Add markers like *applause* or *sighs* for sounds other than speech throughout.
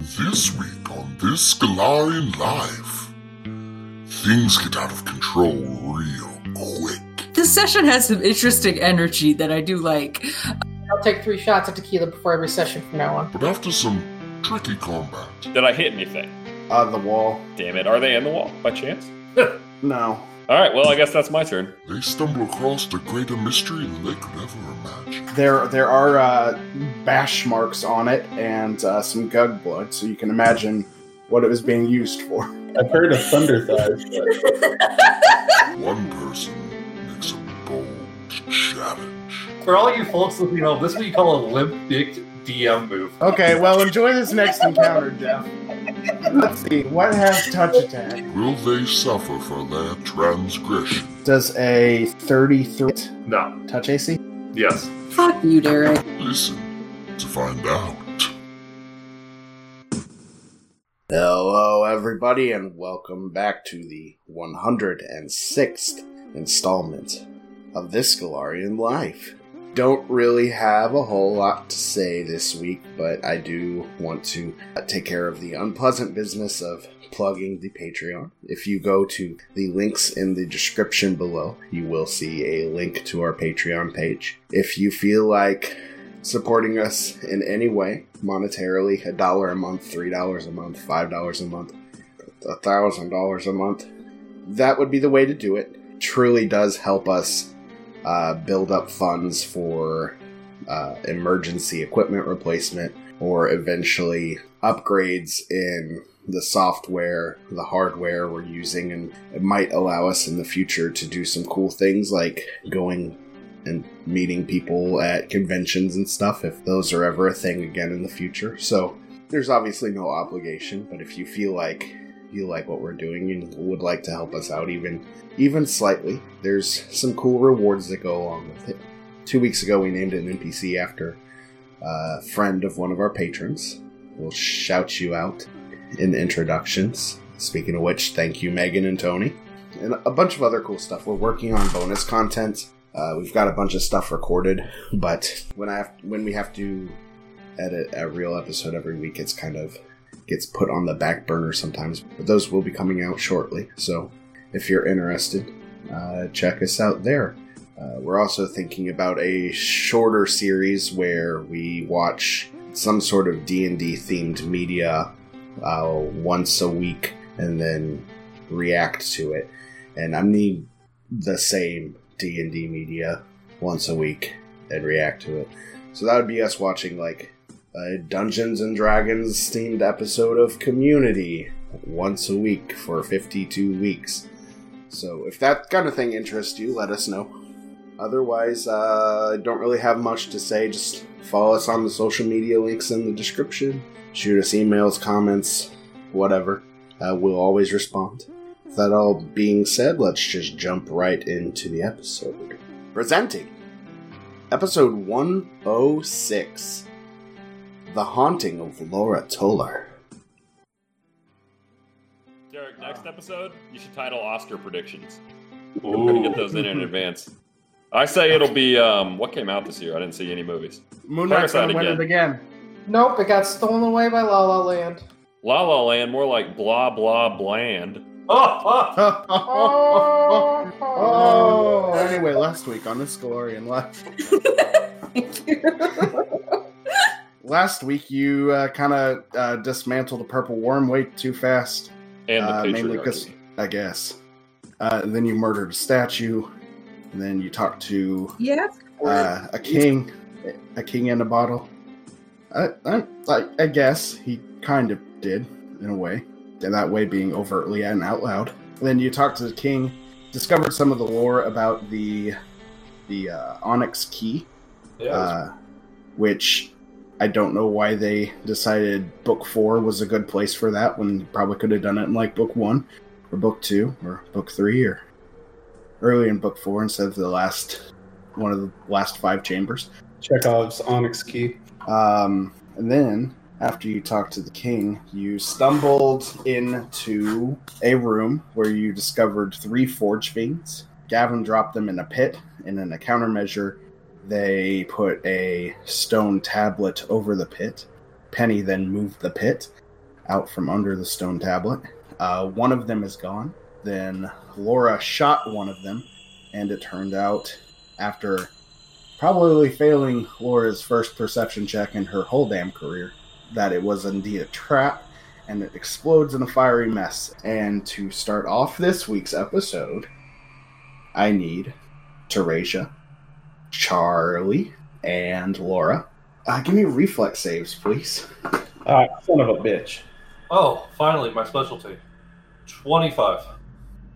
This week on This Galarian Life, things get out of control real quick. This session has some interesting energy that I do like. I'll take three shots of tequila before every session from now on. But after some tricky combat, Did I hit anything? on the wall. Damn it. Are they in the wall by chance? No. All right. Well, I guess that's my turn. they stumble across a greater mystery than they could ever imagine. There, there are uh, bash marks on it and uh, some gug blood, so you can imagine what it was being used for. I've heard of thunder thighs, but One person makes a bold challenge. For all you folks looking at home, this is what you call a limp dicked DM move. Okay, well, enjoy this next encounter, Jeff. Let's see, what has touch attack? Will they suffer for their transgression? Does a 33 No. touch AC? Yes. Fuck you, Derek. Listen to find out. Hello, everybody, and welcome back to the 106th installment of This Galarian Life. Don't really have a whole lot to say this week, but I do want to uh, take care of the unpleasant business of plugging the Patreon. If you go to the links in the description below, you will see a link to our Patreon page. If you feel like supporting us in any way monetarily a dollar a month three dollars a month five dollars a month a thousand dollars a month that would be the way to do it truly does help us uh, build up funds for uh, emergency equipment replacement or eventually upgrades in the software the hardware we're using and it might allow us in the future to do some cool things like going and meeting people at conventions and stuff if those are ever a thing again in the future. So there's obviously no obligation, but if you feel like you like what we're doing and would like to help us out even even slightly, there's some cool rewards that go along with it. Two weeks ago, we named an NPC after a friend of one of our patrons. We'll shout you out in introductions. Speaking of which, thank you, Megan and Tony, and a bunch of other cool stuff. We're working on bonus content. Uh, we've got a bunch of stuff recorded, but when I have, when we have to edit a real episode every week, it's kind of gets put on the back burner sometimes. But those will be coming out shortly, so if you're interested, uh, check us out there. Uh, we're also thinking about a shorter series where we watch some sort of D and D themed media uh, once a week and then react to it. And I need the same D and D media once a week and react to it. So that would be us watching like a Dungeons and Dragons themed episode of Community once a week for 52 weeks. So if that kind of thing interests you, let us know. Otherwise, uh, I don't really have much to say. Just follow us on the social media links in the description. Shoot us emails, comments, whatever. Uh, we'll always respond. That all being said, let's just jump right into the episode. Presenting Episode 106 The Haunting of Laura Toller. Derek, next episode, you should title Oscar predictions. I'm going to get those in in advance. I say it'll be um, what came out this year. I didn't see any movies. Moon Knight's gonna Parasite win it again. Nope, it got stolen away by La La Land. La La Land, more like blah blah bland. Oh, oh. *laughs* Oh, Oh. *laughs* Anyway, last week on this Galorian Life, *laughs* Thank you. last week you uh, kind of uh, dismantled the Purple Worm way too fast. And the Uh, mainly patriarchy. I guess. Uh, and then you murdered a statue, and then you talked to Yeah. uh, a king, a king in a bottle. I, I, I, I guess he kind of did in a way, and that way being overtly and out loud. Then you talked to the king, discovered some of the lore about the the uh, onyx key, Yeah, uh, which I don't know why they decided book four was a good place for that when you probably could have done it in like book one or book two or book three or early in book four instead of the last one of the last five chambers. Chekhov's onyx key. Um, and then after you talk to the king, you stumbled into a room where you discovered three forge fiends. Gavin dropped them in a pit, and in a countermeasure, they put a stone tablet over the pit. Penny then moved the pit. out from under the stone tablet. Uh, one of them is gone. Then Laura shot one of them, and it turned out, after probably failing Laura's first perception check in her whole damn career, that it was indeed a trap, and it explodes in a fiery mess. And to start off this week's episode, I need Teresia, Charlie, and Laura. Uh, give me reflex saves, please. Ah, son of a bitch. Oh, finally, my specialty. 25.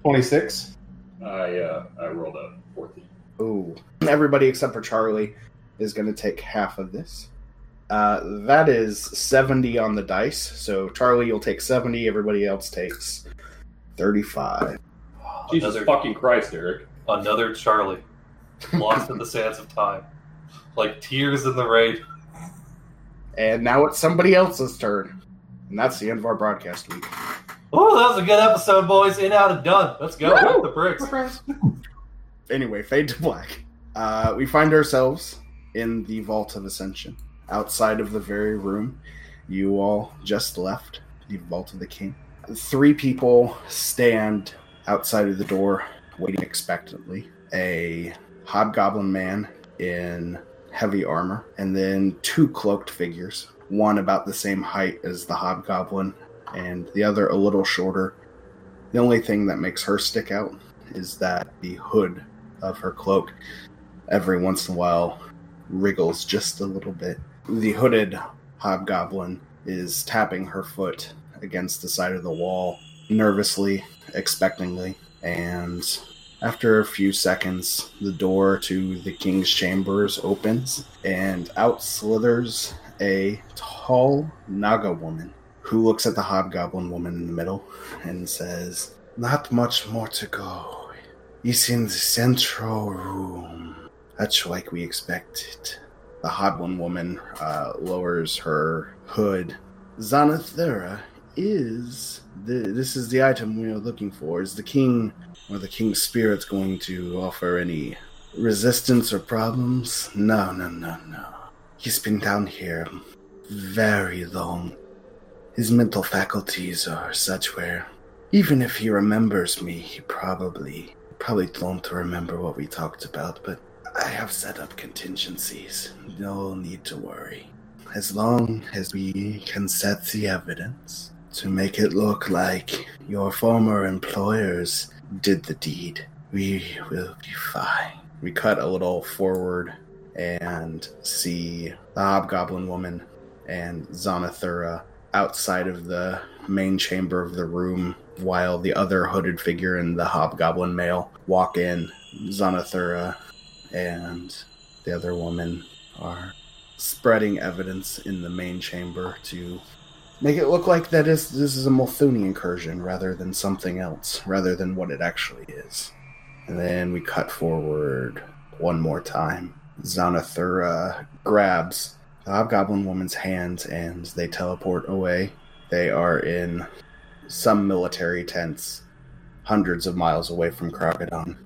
26? I, uh, I rolled a 14. Ooh. Everybody except for Charlie is going to take half of this. Uh, that is 70 on the dice. So Charlie, you'll take 70. Everybody else takes 35. Jesus Another, fucking Christ, Eric. another Charlie. Lost in the sands of time. Like tears in the rain. And now it's somebody else's turn. And that's the end of our broadcast week. Oh, that was a good episode, boys. In, out, and done. Let's go. Woo! The bricks. *laughs* Anyway, fade to black. Uh, we find ourselves in the Vault of Ascension, outside of the very room you all just left, the Vault of the King. Three people stand outside of the door, waiting expectantly. A hobgoblin man in heavy armor, and then two cloaked figures, one about the same height as the hobgoblin, and the other a little shorter. The only thing that makes her stick out is that the hood of her cloak every once in a while wriggles just a little bit. The hooded hobgoblin is tapping her foot against the side of the wall, nervously, expectantly, and after a few seconds, the door to the king's chambers opens, and out slithers a tall Naga woman who looks at the hobgoblin woman in the middle and says, Not much more to go. It's in the central room. That's like we expected. The hobgoblin woman uh, lowers her hood. Zanathera is. The, this is the item we are looking for. Is the king are the King's Spirits going to offer any resistance or problems? No, no, no, no. He's been down here very long. His mental faculties are such where even if he remembers me, he probably probably don't remember what we talked about, but I have set up contingencies. No need to worry. As long as we can set the evidence to make it look like your former employers did the deed. We will be fine. We cut a little forward and see the hobgoblin woman and Zanathura outside of the main chamber of the room while the other hooded figure and the hobgoblin male walk in. Zanathura and the other woman are spreading evidence in the main chamber to make it look like that is this is a Multhuni incursion rather than something else, rather than what it actually is. And then we cut forward one more time. Zanathura grabs the hobgoblin woman's hands and they teleport away. They are in some military tents, hundreds of miles away from Krokodon.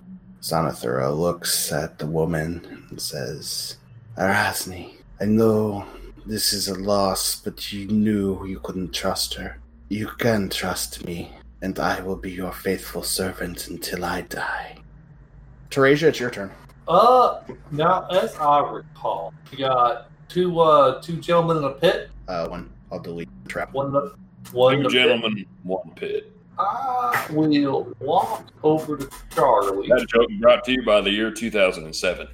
Zanathura looks at the woman and says, Arasni, I know this is a loss, but you knew you couldn't trust her. You can trust me, and I will be your faithful servant until I die. Teresia, it's your turn. Uh, now, as I recall, we got two uh two gentlemen in a pit. Uh, one. I'll delete the trap. One in the one in Two the Pit. gentlemen, one pit. I will walk over to Charlie. That joke brought to you by the year 2007.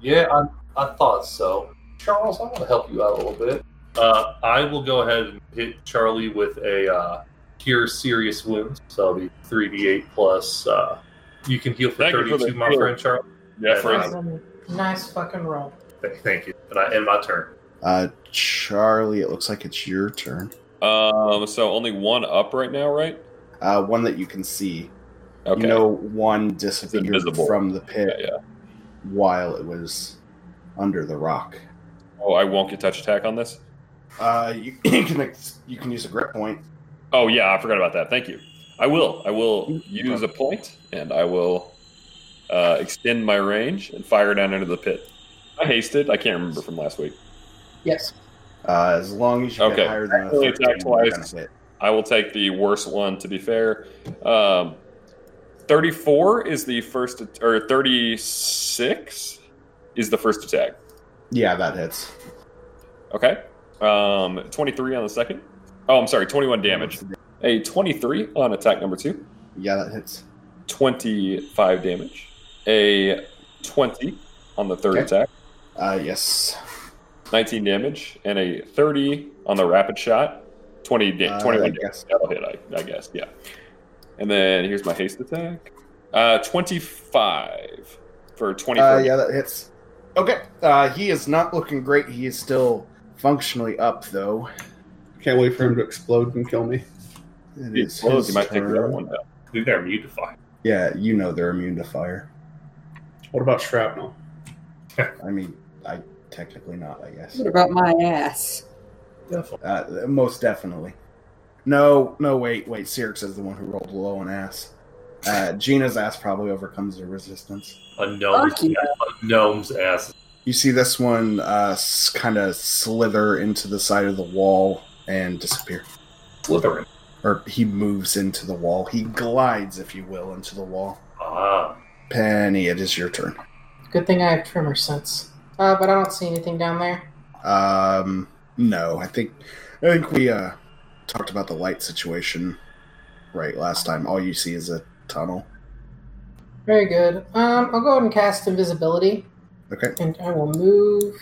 Yeah, I, I thought so. Charles, I want to help you out a little bit. Uh, I will go ahead and hit Charlie with a uh, cure serious wounds. So I'll be three d eight plus. Uh, you can heal for Thank you thirty for two, the my heal. friend Charlie. Yeah, And friends. Nice fucking roll. Th- Thank you. And I end my turn. Uh, Charlie, it looks like it's your turn. Um, so only one up right now, right? Uh, one that you can see. Okay. You know, one disappeared invisible. from the pit Yeah, yeah. while it was under the rock. Oh, I won't get touch attack on this. Uh, you, you can ex- you can use a grip point. Oh yeah, I forgot about that. Thank you. I will. I will use a point, and I will uh, extend my range and fire down into the pit. I hasted. I can't remember from last week. Yes. Uh, as long as you Okay. get higher than a Actually, it's 13, you're actualized. gonna hit. I will take the worst one to be fair. Um, 34 is the first, at- or 36 is the first attack. Yeah, that hits. Okay. Um, 23 on the second. Oh, I'm sorry, 21 damage. A 23 on attack number two. Yeah, that hits. 25 damage. A 20 on the third Okay. attack. Uh, yes. 19 damage. And a 30 on the rapid shot. 20 da- Uh, 21 I damage. guess. That'll hit, I, I guess. Yeah. And then here's my haste attack. Uh, 25 for 24. Uh, yeah, that hits. Okay. Uh, he is not looking great. He is still functionally up, though. Can't wait for him to explode and kill me. It He is blows, his you might take the other turn. one down. We've got immune to fire. Yeah, you know they're immune to fire. What about shrapnel? I mean, I technically not, I guess. What about my ass? Definitely. Uh, most definitely. No, no, wait, wait. Sirix is the one who rolled low on ass. Uh, Gina's ass probably overcomes the resistance. A gnome's, Fuck you. a gnome's ass. You see this one uh, kind of slither into the side of the wall and disappear. Slithering. Or he moves into the wall. He glides, if you will, into the wall. Ah. Penny, it is your turn. Good thing I have trimmer sense. Uh, but I don't see anything down there. Um, no, I think I think we uh, talked about the light situation right last time. All you see is a tunnel. Very good. Um, I'll go ahead and cast invisibility, Okay. and I will move.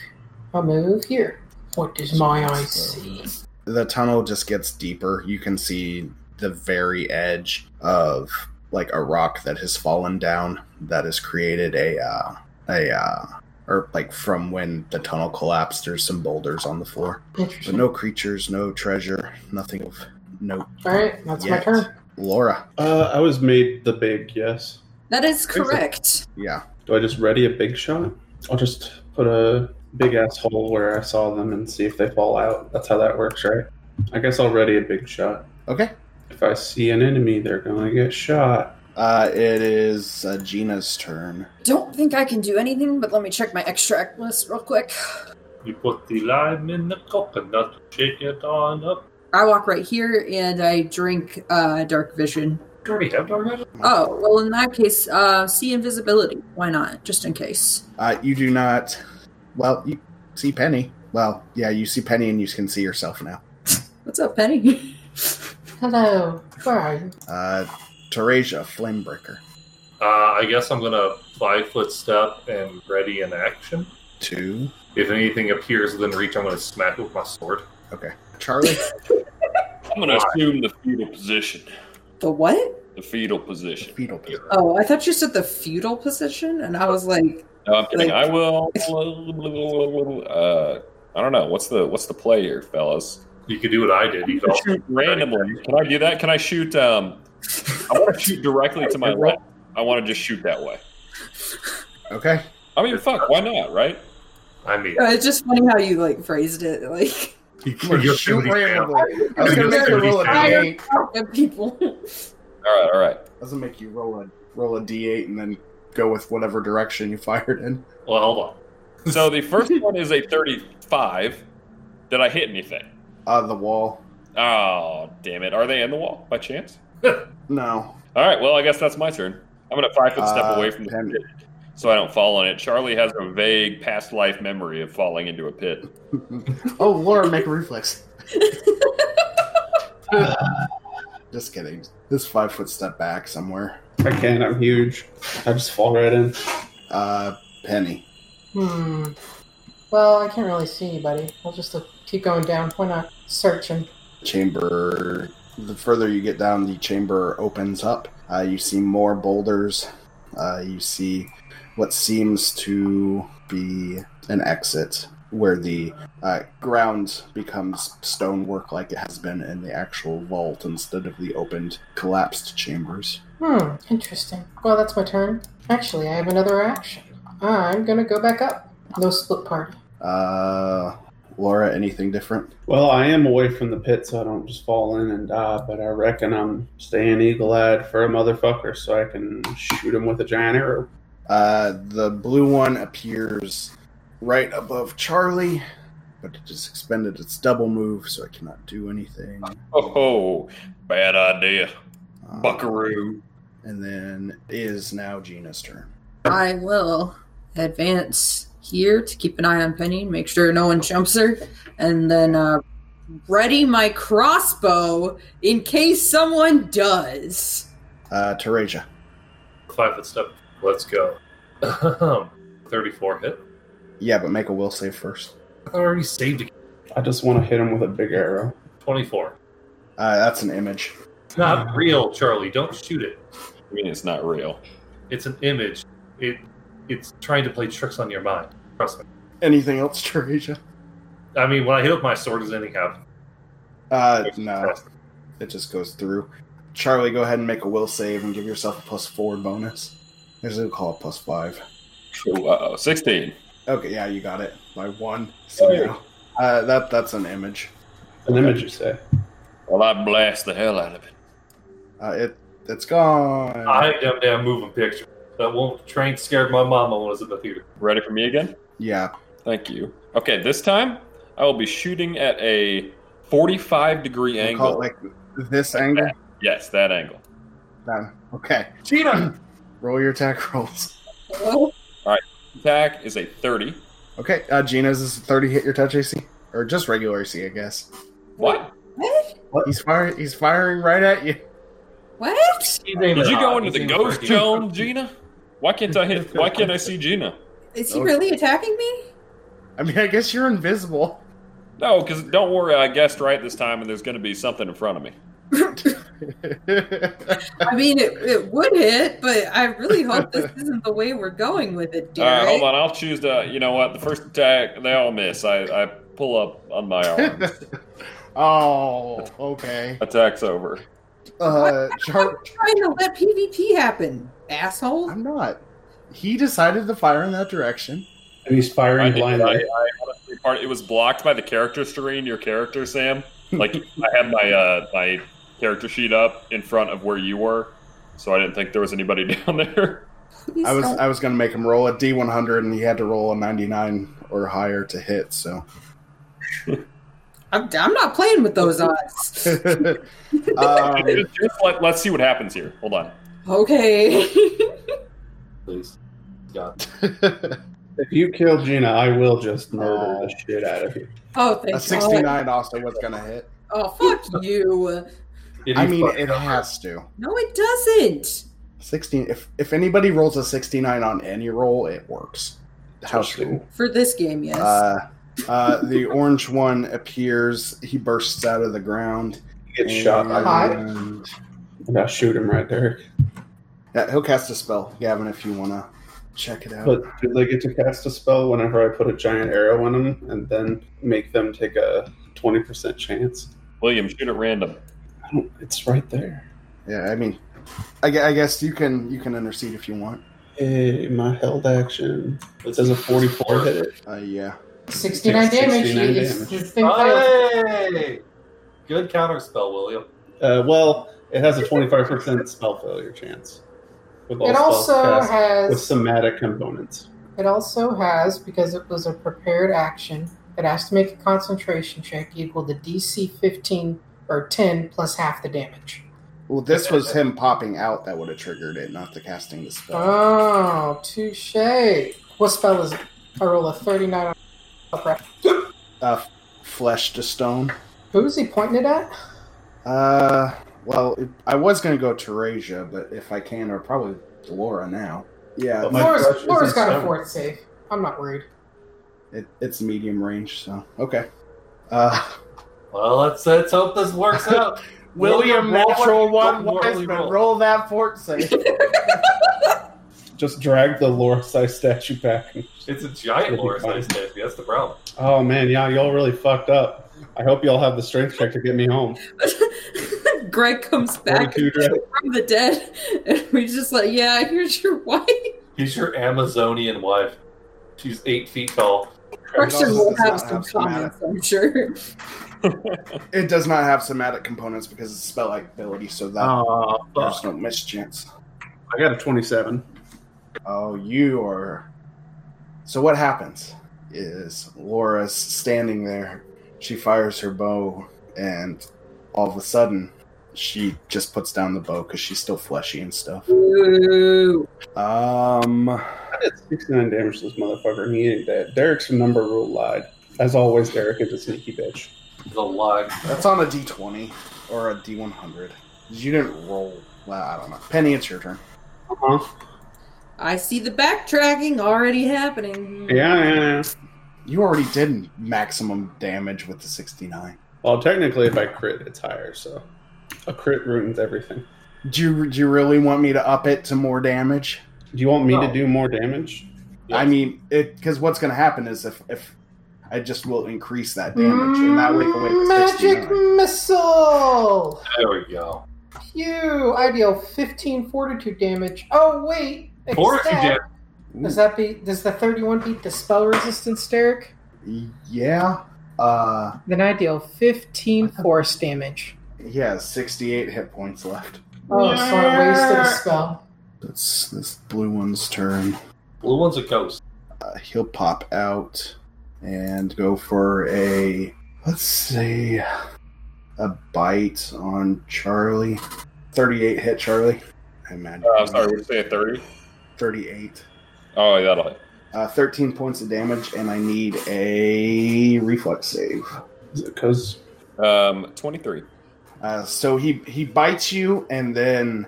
I'll move here. What does my eye see? the tunnel just gets deeper. You can see the very edge of like a rock that has fallen down that has created a uh, a uh, or like from when the tunnel collapsed. There's some boulders on the floor, but Interesting. no creatures, no treasure, nothing of note. All right, that's my Yes. turn. Laura, Uh, I was made the big, yes. That is correct. yeah, Do I just ready a big shot? I'll just put a big ass hole where I saw them and see if they fall out. That's how that works, right? I guess I'll ready a big shot. okay. If I see an enemy, they're gonna get shot. Uh, it is uh, Gina's turn. Don't think I can do anything, but let me check my extract list real quick. You put the lime in the coconut, shake it on up. I walk right here and I drink uh, dark vision. Do you already have dark vision? Oh, well, in that case, uh, see invisibility. Why not? Just in case. Uh, you do not. Well, you see Penny. Well, yeah, you see Penny, and you can see yourself now. What's up, Penny? *laughs* Hello, where are you? Uh, Teresia, Flamebreaker. Uh, I guess I'm gonna five foot step and ready in action. Two. If anything appears within reach, I'm gonna smack it with my sword. *laughs* Charlie. I'm going to assume the fetal position. the what? The fetal position. fetal position. Oh, I thought you said the fetal position, and I was like, No, I'm kidding. Like- I will. *laughs* Uh, I don't know. What's the what's the play here, fellas? You could do what I did. You could also Shoot randomly. Can I do that? Can I shoot? Um, I want to shoot directly to my left. I want to just shoot that way. Okay. I mean, fuck. Why not? Right? I *laughs* mean, uh, it's just funny how you like phrased it, like you You wanna could just shoot shoot me down. randomly. I was gonna *laughs* make you roll a Fire. d8. at people. All right. All right. Doesn't make you roll a roll a d8 and then go with whatever direction you fired in. Well, hold on. So the first one is a 35. Did I hit anything? Uh, the wall. Oh, damn it! Are they in the wall by chance? No. All right. Well, I guess that's my turn. I'm gonna five foot step Uh, away from the Penny. pit, so I don't fall in it. Charlie has a vague past life memory of falling into a pit. oh, Laura, make a reflex. Just kidding. This five foot step back somewhere. I can. I'm huge. I just fall right in. Uh, Penny. Hmm. Well, I can't really see anybody. I'll just look, keep going down. Why not searching? Chamber. The further you get down, the chamber opens up. Uh, you see more boulders. Uh, you see what seems to be an exit where the uh, ground becomes stonework like it has been in the actual vault instead of the opened, collapsed chambers. Hmm. Interesting. Well, that's my turn. Actually, I have another action. I'm gonna go back up. No split party. Uh, Laura, anything different? Well, I am away from the pit, so I don't just fall in and die. But I reckon I'm staying eagle-eyed for a motherfucker, so I can shoot him with a giant arrow. Uh, the blue one appears right above Charlie but it has expended its double move, so it cannot do anything. Oh, ho, bad idea, Um, Buckaroo. And then it is now Gina's turn. I will advance here to keep an eye on Penny, make sure no one jumps her, and then uh, ready my crossbow in case someone does. Uh, Teresia. Five foot step. Let's go. *laughs* 34 hit. Yeah, but make a will save first. I already saved it. I just want to hit him with a big arrow. 24. Uh, that's an image. It's not real, Charlie. Don't shoot it. I mean, it's not real. It's an image. It it's trying to play tricks on your mind. Trust me. Anything else, *laughs* Teresia? I mean, when I hit with my sword, does anything happen? Uh, no, it just goes through. Charlie, go ahead and make a will save and give yourself a plus four bonus. There's a call it plus five. Oh, uh-oh, sixteen. Okay, yeah, you got it by one. So Hey. now, uh, that that's an image. An image, you say? Well, I blast the hell out of it. Uh, it it's gone. I am damn moving picture. That one train scared my mama when I was in the theater. Ready for me again? yeah, Thank you. Okay, this time I will be shooting at a 45 degree you angle. call it like this angle. yes, that angle. Done. Okay, Gina! *clears throat* roll your attack rolls. Well, Attack is a 30. Okay, uh, Gina's is thirty hit your touch AC or just regular AC, I guess. What? What? He's firing. He's firing right at you. What? Did you go into the ghost zone, Gina? Why can't I hit? Why can't I see Gina? Is he Okay. really attacking me? I mean, I guess you're invisible. *laughs* No, because don't worry, I guessed right this time, and there's going to be something in front of me. I mean, it, it would hit, but I really hope this isn't the way we're going with it, All right, Derek. Uh, hold on. I'll choose to. You know what? The first attack, they all miss. I, I pull up on *laughs* my arm. oh, okay. Attack's over. Uh, Char- Trying to let PvP happen, asshole. I'm not. He decided to fire in that direction. And he's I firing did- blindly. I- I honestly part- It was blocked by the character screen. Your character, Sam. Like I had my uh, my character sheet up in front of where you were, so I didn't think there was anybody *laughs* down there. Please I was don't. I was gonna make him roll a D one hundred, and he had to roll a ninety nine or higher to hit. So, I'm, I'm not playing with *laughs* those odds. um, Just- just let, let's see what happens here. Hold on. Okay. *laughs* Please. God. If you kill Gina, I will just murder Oh. the shit out of you. oh, thank a God. sixty nine also was gonna hit. Oh, fuck you. It I is mean, fucked it up. has to. No, it doesn't. Sixteen. If if anybody rolls a sixty nine on any roll, it works. House rule. For this game, yes. Uh, uh, the orange one appears. He bursts out of the ground. He gets shot. Hi. and- And I shoot him right there. Yeah, he'll cast a spell, Gavin. If you wanna check it out. But do they get to cast a spell whenever I put a giant arrow on them and then make them take a 20% chance? William, shoot at random. I don't, it's right there. yeah, I mean, I, gue- I guess you can you can intercede if you want. Hey, my held action. It says a 44 hit it. Uh, yeah. 69 damage. 69 This- damage. This thing failed. Hey! Good counter spell, William. Uh, well, it has a 25% spell failure chance. With all It spells also cast with has. somatic components. It also has because it was a prepared action. It has to make a concentration check equal to DC 15 or 10 plus half the damage. Well, this was him popping out that would have triggered it, not the casting the spell. Oh, touche. What spell is it? I roll a 39 on upright. Uh, flesh to stone. Who's he pointing it at? Uh, well, it, I was gonna go Teresia, but if I can, or probably Delora now. Yeah, But my brush Laura's, is Laura's in got a seven. fourth save. I'm not worried. it, it's medium range, so okay. Uh, Well, let's let's hope this works out. *laughs* William, natural one, Don't wise roll. man, roll that fort save. Just drag the Lorsi statue back. and- It's a giant Laura size statue. That's the problem. Oh man, yeah, y'all really fucked up. I hope y'all have the strength check to get me home. Greg comes back 42 drag. from the dead, *laughs* and we just like, yeah, here's your wife. He's your Amazonian wife. She's eight feet tall. Correction does will not have some have somatic. comments, I'm sure. *laughs* It does not have somatic components because it's spell ability, so that Aw, there's fuck. no mischance. I got a 27. Oh, you are. So what happens? is Laura's standing there. She fires her bow, and all of a sudden, she just puts down the bow because she's still fleshy and stuff. Ooh. Um, I did 69 damage to this motherfucker, and he ain't dead. Derek's number rule lied. As always, Derek is a sneaky bitch. The lag. that's on a d20 or a d100. You didn't roll. Well, I don't know. Penny, it's your turn. Uh-huh. I see the backtracking already happening. Yeah, yeah, yeah. You already did maximum damage with the 69. Well, technically, if I crit, it's higher, so a crit ruins everything. Do you, do you really want me to up it to more damage? Do you want me No. to do more damage? I mean, it because what's going to happen is if if I just will increase that damage and that will away the Mm, Magic 69. missile! There we go. Phew! I deal 15 fortitude damage. Oh wait, Fortitude except- damage. Does that be? Does the 31 beat the spell resistance, Derek? Yeah. Uh, Then I deal 15 force damage. he has 68 hit points left. Oh, so I wasted a spell. That's this blue one's turn. Blue one's a ghost. Uh, he'll pop out and go for a let's see a bite on Charlie. 38 hit Charlie. I imagine. Uh, I'm sorry, would you say a 30? 38. Oh, that'll hit. Uh, 13 points of damage, and I need a reflex save. Is it because Um, 23. Uh, so he he bites you, and then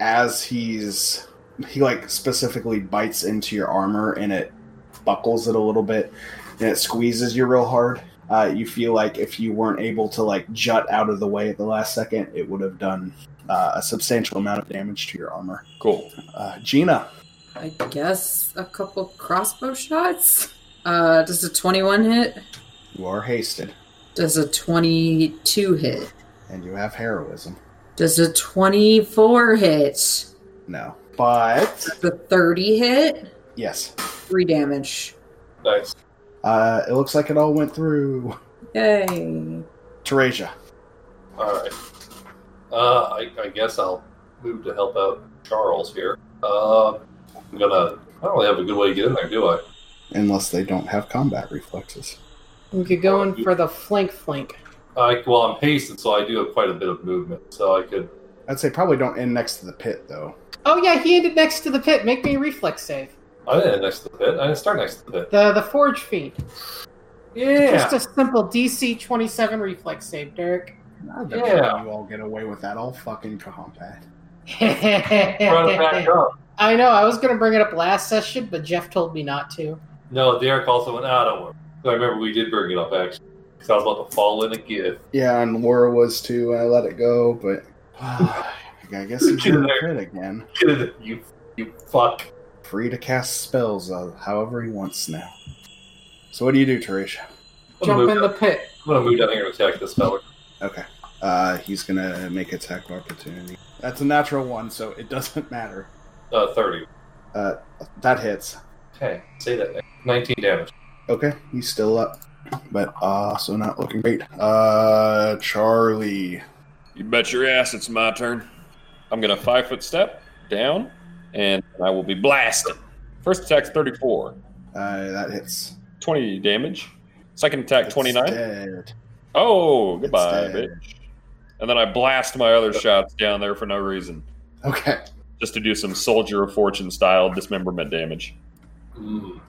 as he's he like specifically bites into your armor, and it buckles it a little bit, and it squeezes you real hard. Uh, you feel like if you weren't able to like jut out of the way at the last second, it would have done uh, a substantial amount of damage to your armor. Cool. Uh, Gina, I guess a couple crossbow shots. Uh, does a 21 hit? you are hasted, Does a 22 hit? and you have heroism. Does a 24 hit? No, but The 30 hit? yes, 3 damage. Nice. uh, it looks like it all went through. *laughs* Yay. Teresia, All right. Uh, I, I guess I'll move to help out Charles here. Uh, I'm gonna. I don't really have a good way to get in there, do I? unless they don't have combat reflexes. You could go in for the flank flank. I well, I'm hasted, so I do have quite a bit of movement. So I could. I'd say probably don't end next to the pit though. Oh yeah, he ended next to the pit. Make me a reflex save. I didn't end next to the pit. I didn't start next to the pit. The the forge feed. Yeah. Just a simple DC 27 reflex save, Derek. I bet Yeah. you all get away with that all fucking combat. Run it back I up. know. *laughs* I was gonna bring it up last session, but Jeff told me not to. No, Derek also went. Ah, don't worry. I remember we did bring it up actually, because I was about to fall in again. *laughs* Yeah, and Laura was too. I let it go, but *sighs* I guess you should crit again. Get in there, you you fuck. Free to cast spells uh, however he wants now. So what do you do, Teresia? I'm gonna, Jump move, in the pit. I'm gonna move down here and attack this fella. Okay. Uh, he's gonna make attack of opportunity. That's a natural one, so it *laughs* doesn't matter. Uh, Thirty. That hits. Okay, say that. name. Nineteen damage. Okay, he's still up, but uh, so not looking great. Uh, Charlie. You bet your ass it's my turn. I'm going to five foot step down, and I will be blasted. First attack's 34, Uh, that hits. 20 damage. Second attack, It's 29. dead. Oh, goodbye, It's dead. bitch. And then I blast my other shots down there for no reason, Okay. just to do some Soldier of Fortune style dismemberment damage. Mm.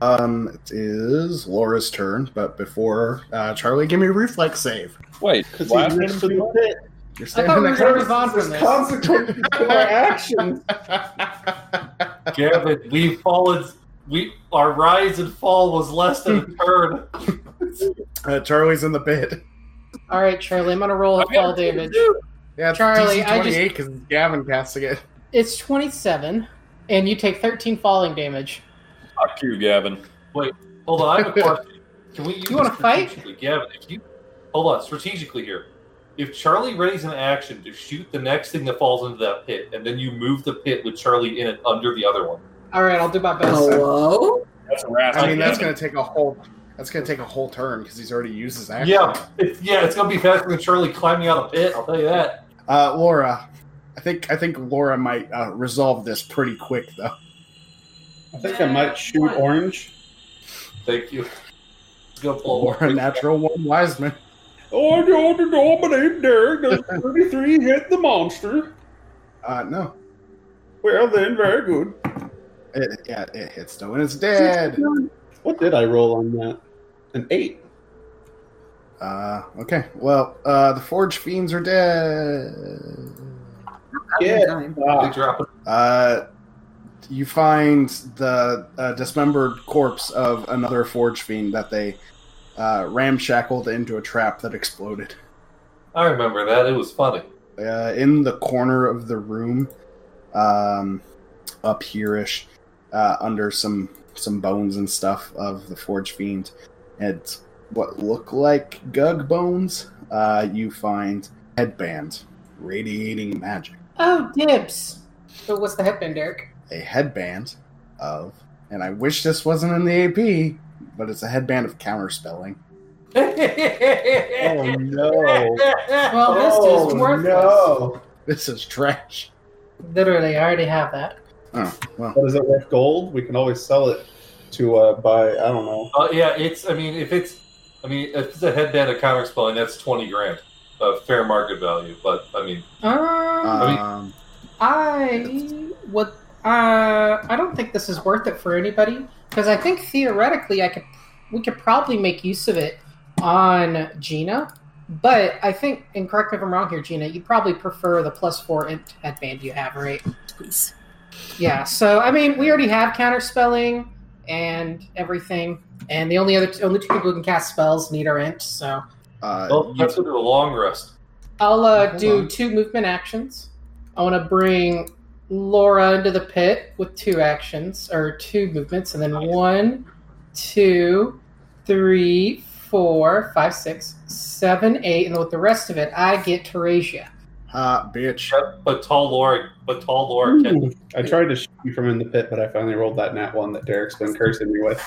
Um, it is Laura's turn, but before uh, Charlie, give me a reflex save. Wait, because blast he ran to the pit? You're I thought we were next gonna to- move on from This this. *laughs* consequences for our actions. Gavin, we've fallen. We our rise and fall was less than *laughs* a turn. Uh, Charlie's in the pit. All right, Charlie. I'm gonna roll a I've got fall damage. Yeah, it's Charlie, DC I just- 28 because Gavin casting it. It's 27, and you take 13 falling damage. Fuck you, Gavin. Hold on, I have a question. Can we? use You wanna fight? strategically, Gavin? If you hold on strategically here, if Charlie readies an action to shoot the next thing that falls into that pit, and then you move the pit with Charlie in it under the other one. All right, I'll do my best. Oh. Hello? That's a rascal. I mean, that's Gavin. gonna take a whole. That's gonna take a whole turn because he's already used his action. Yeah, it's, yeah, it's gonna be faster than Charlie climbing out of the pit. I'll tell you that. Uh, Laura, I think I think Laura might uh, resolve this pretty quick though. I think I might shoot orange. Thank you. Let's go Or pull a natural one, Wiseman. Oh, no, no, no, my name Derek. Does 33 hit the monster? Uh, no. Well, then, very good. It, yeah, it hits though, and it's dead. What did I roll on that? An eight. Uh, okay. Well, uh, the Forge Fiends are dead. Yeah. Time. Big Ah, drop. Uh, you find the uh, dismembered corpse of another forge fiend that they uh, ramshackled into a trap that exploded. I remember that. It was funny. *laughs* Uh, in the corner of the room, um, up here-ish, uh, under some some bones and stuff of the forge fiend, and what look like gug bones, uh, you find headband radiating magic. Oh, dibs. So what's the headband, Derek? a headband of, and I wish this wasn't in the AP, but it's a headband of counterspelling. *laughs* *laughs* oh, no. Oh. Well, Oh, this is worthless. no. This is trash. Literally, I already have that. Oh, well. What is it worth gold? We can always sell it to uh, buy, I don't know. Uh, yeah, it's. I mean, if it's, I mean, if it's a headband of counter spelling, that's twenty grand, uh, fair market value. But I mean, Um, Um, I would. Uh, I don't think this is worth it for anybody because I think theoretically I could. We could probably make use of it on Gina, but I think, and correct me if I'm wrong here, Gina, you probably prefer the plus four int headband you have, right? Please. Yeah. So I mean, we already have counterspelling and everything, and the only other only two people who can cast spells need our int. So uh, well, you- let's do a long rest. I'll uh, Hold do on. two movement actions. I want to bring Laura into the pit with two actions or two movements, and then one, two, three, four, five, six, seven, eight, and then with the rest of it, I get Teresia. hot uh, bitch. Yep, But tall Laura, but tall Hmm. Laura can. Hmm. I tried to shoot you from in the pit, but I finally rolled that nat one that Derek's been cursing me with.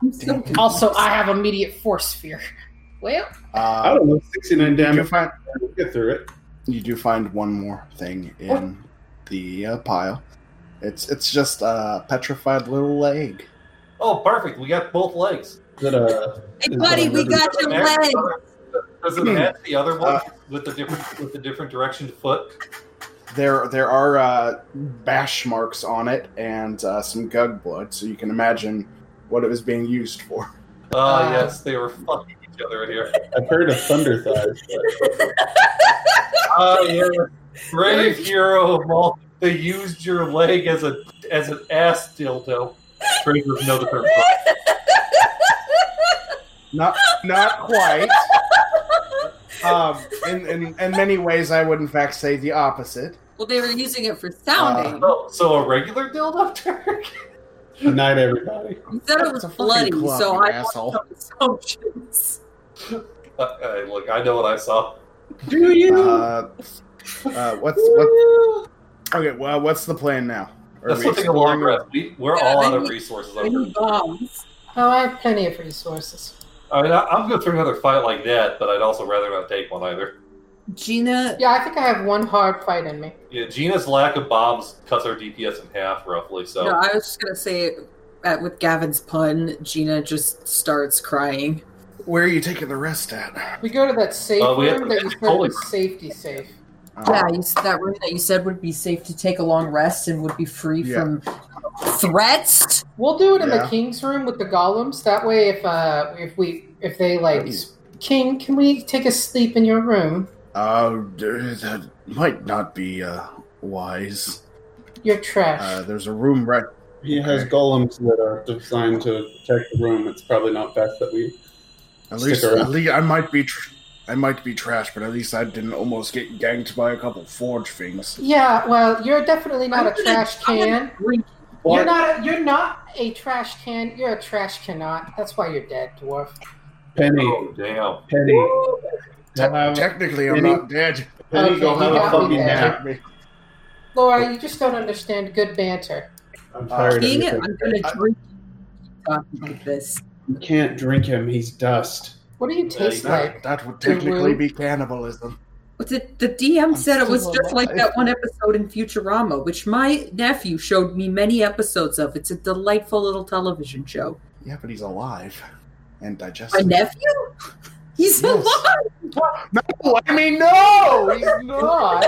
I'm so confused. Also, I have immediate force sphere. *laughs* Well, I Uh, don't know, 69 you, do damage. find, We'll get through it. you do find one more thing in the uh, pile. It's it's just a petrified little leg. Oh, perfect. We got both legs. Is it a, Hey, buddy, we got your leg. Does it match the other one Uh, with the different with the different direction foot? There there are uh, bash marks on it and uh, some gug blood, so you can imagine what it was being used for. Oh Uh, yes, they were fucking each other in here. I've heard of thunder thighs. But Ah yes, brave hero of all. They used your leg as a as an ass dildo. Brave with no different. Not not quite. um, in, in in many ways, I would in fact say the opposite. Well, they were using it for sounding. Uh, Oh, so a regular dildo, *laughs* Derek? Good night, everybody. you said it was It's a fucking bloody, club, so you I asshole. want some assumptions. Uh, hey, look, I know what I saw. Do you? Uh, uh, what's what? Okay, well, what's the plan now? Are That's we what thing a long exploring- rest. We, we're Yeah, all out then of we- resources. We over here. need bombs. oh, I have plenty of resources. I mean, I, I'm good for another fight like that, but I'd also rather not take one either. Gina, Yeah, I think I have one hard fight in me. Yeah, Gina's lack of bombs cuts our DPS in half, roughly. So no, I was just gonna say, uh, with Gavin's pun, Gina just starts crying. Where are you taking the rest at? We go to that safe Uh, we have room to- that you said holy- was safety safe. Uh, Yeah, you, s- that room that you said would be safe to take a long rest and would be free Yeah. from threats. We'll do it in Yeah. the king's room with the golems. That way, if uh, if we if they like, Mm. king, can we take a sleep in your room? Uh, d- that might not be uh, wise. You're trash. Uh, there's a room right. He has golems that are designed to protect the room. It's probably not best that we. At Stick least, around. at least I might be. Tr- I might be trash, but at least I didn't almost get ganked by a couple forge things. yeah, well, you're definitely not a trash can. You're What? not. A, you're not a trash can. You're a trash cannot. That's why you're dead, dwarf. Penny, oh, damn. Penny, go have, Technically, I'm Any- not dead. Penny, go Okay, have you a got me fucking there. nap. Laura, you just don't understand good banter. I'm tired of Dang this. it, I'm gonna drink. Talking like this. You can't drink him. He's dust. What do you Uh, taste you- like? That, that would Woo-woo. technically be cannibalism. But The, the DM I'm said it was still just like alive. that one episode in Futurama, which my nephew showed me many episodes of. It's a delightful little television show. Yeah, but he's alive and My digesting. nephew? *laughs* He's Yes. alive! *laughs* No, I mean no, he's not.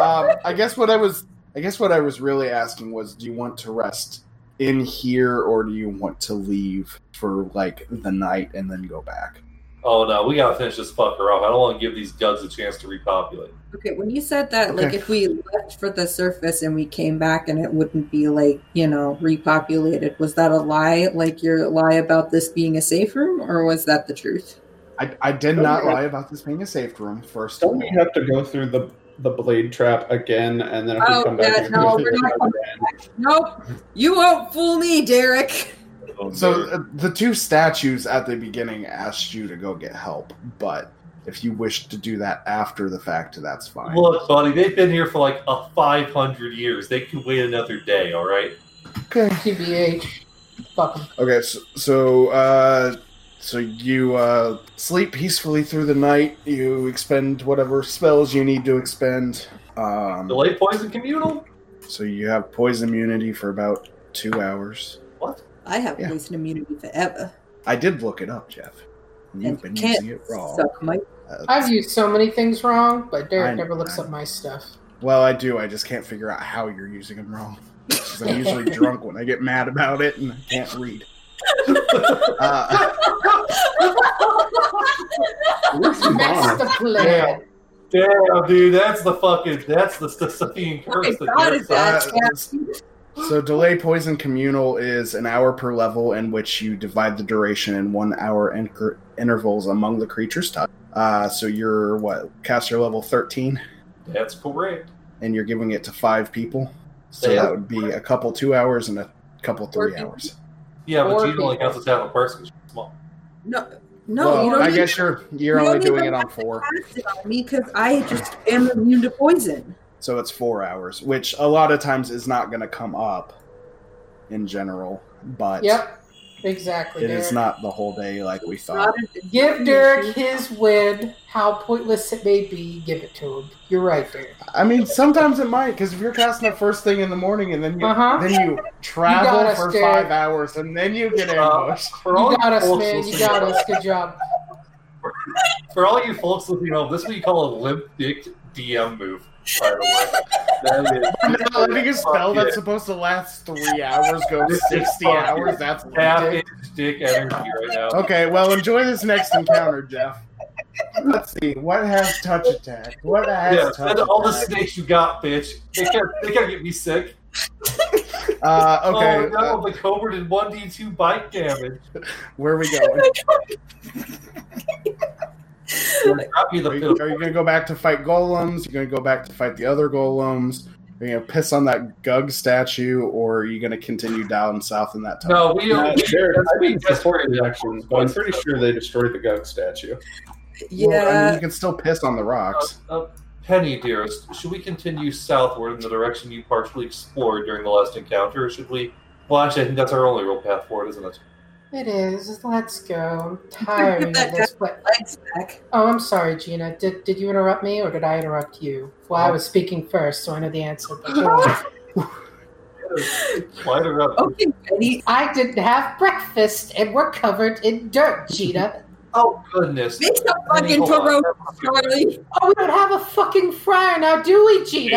um, I guess what I was, I guess what I was really asking was, do you want to rest in here, or do you want to leave for like the night and then go back? Oh no, we gotta finish this fucker off. I don't want to give these duds a chance to repopulate. Okay, when you said that, like Okay. if we left for the surface and we came back and it wouldn't be like, you know, repopulated, was that a lie? Like your lie about this being a safe room, or was that the truth? I, I did not lie about this being a safe room. First of Don't we all, have to go through the the blade trap again, and then if Oh, we come back, yeah, we no, go we're through not the coming again? Nope. You won't fool me, Derek. *laughs* Oh, so no. uh, the two statues at the beginning asked you to go get help, but if you wish to do that after the fact, that's fine. uh, look, buddy, they've been here for like a five hundred years. They could wait another day. All right. okay. TBH. Fuck 'em. Okay, so, so uh so you uh sleep peacefully through the night, you expend whatever spells you need to expend. Um Delay poison communal. so you have poison immunity for about 2 hours. I have Yeah. poison immunity forever. I did look it up, Jeff. And You've been And can't using it wrong. Suck my Uh, I've used so many things wrong, but Derek I- never looks I- up my stuff. well, I do. I just can't figure out how you're using them wrong. *laughs* 'Cause I'm usually drunk when I get mad about it and I can't read. Uh, *laughs* *laughs* Let's move That's on. the plan. Yeah. Damn, dude, that's the fucking that's the Sisyphean curse. Oh that my God, you're is that- signing. So delay poison communal is an hour per level in which you divide the duration in one hour inter- intervals among the creatures. Type. Uh, so you're what caster level thirteen, That's correct. and you're giving it to five people. So Yeah. that would be a couple two hours and a couple three Fourteen. hours. Yeah, but Four Gina people. only counts as half a person. She's small. No, no, well, you don't I need guess you're you're you only don't doing it even on have to four, cast it on me because I just am immune to poison. so it's four hours, which a lot of times is not going to come up in general, but Yep. Exactly. it Derek. is not the whole day like we thought. Not an- Give Derek his win, how pointless it may be. Give it to him. You're right, Derek. I mean, sometimes it might because if you're casting it first thing in the morning and then you Uh-huh. then you travel You got us, for Derek. five hours and then you get ambushed. Uh, *laughs* For all You got us, folks man. You listening- got us. Good job. For all you folks listening at home, this is what you call a limp dick DM move. By the way, that is I'm not letting a spell Fuck yeah. that's supposed to last three hours go to This is sixty fucking hours. *laughs* That's half ridiculous. inch dick energy right now. okay. Well, enjoy this next encounter, Jeff. Let's see what has touch attack. What has Yeah, touch send all the *laughs* attack? snakes you got, bitch. They can't, they can't get me sick. Uh, Oh okay, no, uh, the cobra did one d two bite damage. where are we going? Drop me the Are you, pill. are you gonna go back to fight golems? You're gonna go back to fight the other golems? Are you gonna piss on that Gug statue, or are you gonna continue down south in that tunnel? No, we Uh, don't. Jared, *laughs* I think That's- support reactions, but I'm pretty sure they destroyed the Gug statue. Yeah, Well, I mean, you can still piss on the rocks. Uh, uh, Penny, dearest, should we continue southward in the direction you partially explored during the last encounter, or should we? Well, actually, I think that's our only real path forward, isn't it? It is. Let's go. I'm tired of this. But legs back. oh, I'm sorry, Gina. Did did you interrupt me, or did I interrupt you? Well, I was speaking first, so I know the answer. But go on. *laughs* Light her up. Okay, Benny. I didn't have breakfast, and we're covered in dirt, Gina. Oh, goodness. Make some fucking Hold on. pierogi, Charlie. Oh, we don't have a fucking fryer now, do we, Gina?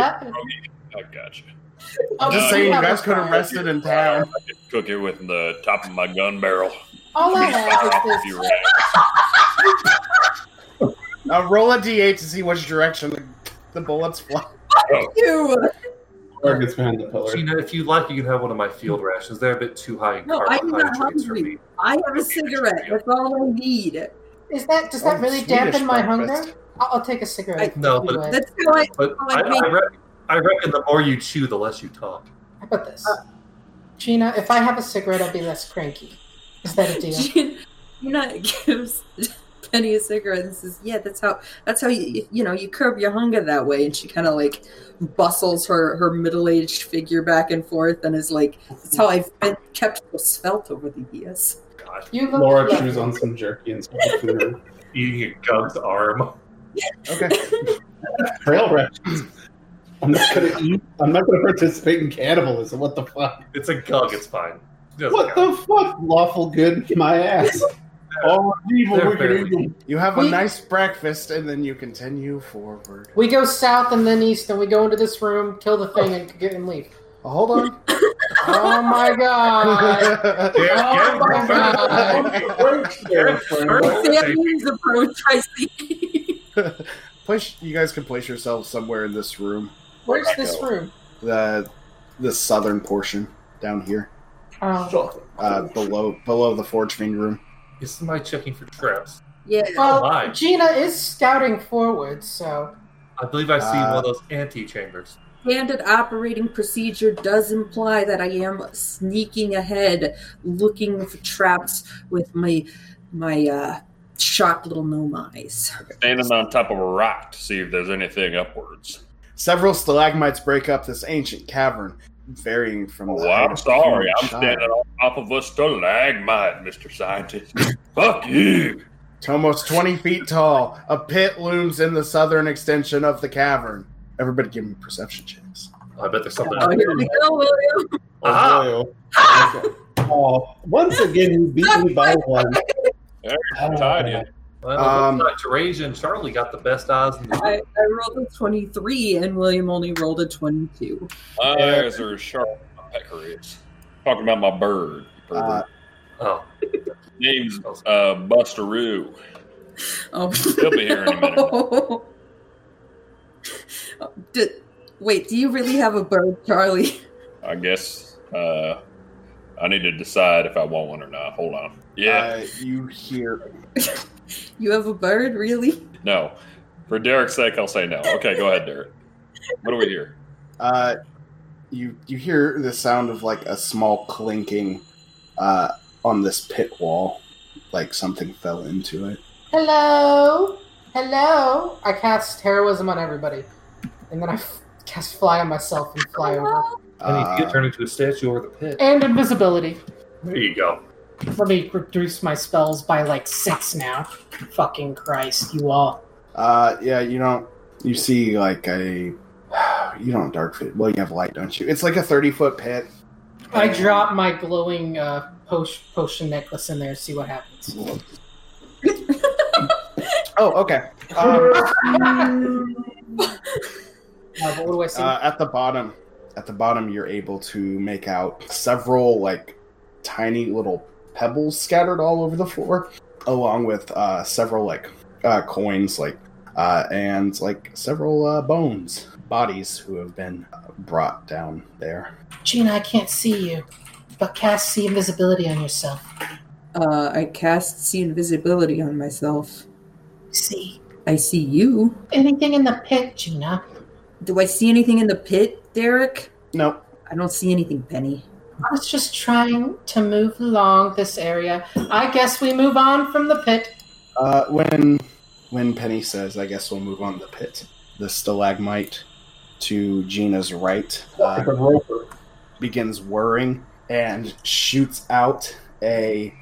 I gotcha. Oh, I'm just Uh, we saying, you have a guys could have fryer. rested in town. Cook it with the top of my gun barrel. All *laughs* I Be fire have off is if you this. ran. Uh, roll a d8 to see which direction the, the bullets fly. You. Or gets behind the pillar. Gina, if you like, you can have one of my field rations. They're a bit too high in No, I'm not carbohydrates for hungry. me. I have a cigarette. That's all I need. Is that does that Oh, really Swedish dampen my breakfast. hunger? I'll, I'll take a cigarette. I- No, If but- you would. That's how I. But Oh, I, I mean- I, reckon, I reckon the more you chew, the less you talk. How about this? uh, Gina, if I have a cigarette, I'll be less cranky. Is that *laughs* a deal? Gina *laughs* Gina gives Penny a cigarette and says, "Yeah, that's how. That's how you you know you curb your hunger that way." And she kind of like bustles her her middle aged figure back and forth and is like, "That's how I've been kept so svelte over the *laughs* years." Gosh, You look Laura lovely. chews on some jerky and stuff. eating a gug's arm. Okay. Trail rations. I'm not gonna eat. I'm not gonna participate in cannibalism. What the fuck? It's a gug. It's fine. It What the fuck? Lawful good, my ass. All evil, They're wicked, evil. You have a We- nice breakfast, and then you continue forward. We go south and then east, and we go into this room, kill the thing, and get and leave. Oh, *laughs* hold on. Oh my god! I Oh my god! Approach there, friend. Sammy's approach, I see. *laughs* place. You guys can place yourselves somewhere in this room, Where's this room? the the southern portion down here, Oh. uh, below below the forge fiend room. Is my checking for traps? *laughs* yeah. my. Well, Gina is scouting forward, so I believe I see Uh, one of those antechambers. Standard operating procedure does imply that I am sneaking ahead, looking for traps with my my uh, sharp little gnome eyes. Standing on top of a rock to see if there's anything upwards. Several stalagmites break up this ancient cavern, varying from. Oh, the height I'm of a sorry. human I'm child. standing on top of a stalagmite, Mr. Scientist. Fuck you. It's almost 20 feet tall. A pit looms in the southern extension of the cavern. Everybody give me perception checks. I bet there's something. Oh, *laughs* here we go, William. Aha! Oh, *laughs* boy. Oh, once again, you beat me by one. Hey, I'm tied in. Well, Um, looks like Teresian and Charlie got the best eyes in the I, I rolled a 23 and William only rolled a 22. My eyes are as sharp as my pecker is. Talking about my bird. pervert. Uh, Oh, Name's uh, Busteroo. Oh. He'll be here in a minute. *laughs* D- wait, do you really have a bird, Charlie? *laughs* I guess uh, I need to decide if I want one or not. Hold on. Yeah, uh, you hear. You have a bird, really? Uh, no. For Derek's sake, I'll say no. Okay, go ahead, Derek. What do we hear? Uh, you you hear the sound of like a small clinking uh, on this pit wall, like something fell into it. hello, hello. I cast heroism on everybody, and then I f- cast fly on myself and fly over, I need to get Uh, turned into a statue over the pit. and invisibility. There you go. Let me reduce my spells by like six now. Fucking Christ, you all. uh, yeah, you don't. You see like a. You don't dark fit. Well, you have light, don't you? It's like a thirty foot pit. I drop my glowing uh, potion, potion necklace in there, see what happens. Oh, okay. Um, Uh, but what do I see? Uh, at the bottom, at the bottom, you're able to make out several like tiny little pebbles scattered all over the floor, along with uh, several like uh, coins, like uh, and like several uh, bones, bodies who have been uh, brought down there. Gina, I can't see you, but cast see invisibility on yourself. Uh, I cast see invisibility on myself. See I see you. anything in the pit, Gina? Do I see anything in the pit, Derek? Nope. I don't see anything, Penny. I was just trying to move along this area. I guess we move on from the pit. Uh, when when Penny says, "I guess we'll move on to the pit," the stalagmite to Gina's right. Uh, Like a roper. begins whirring and shoots out a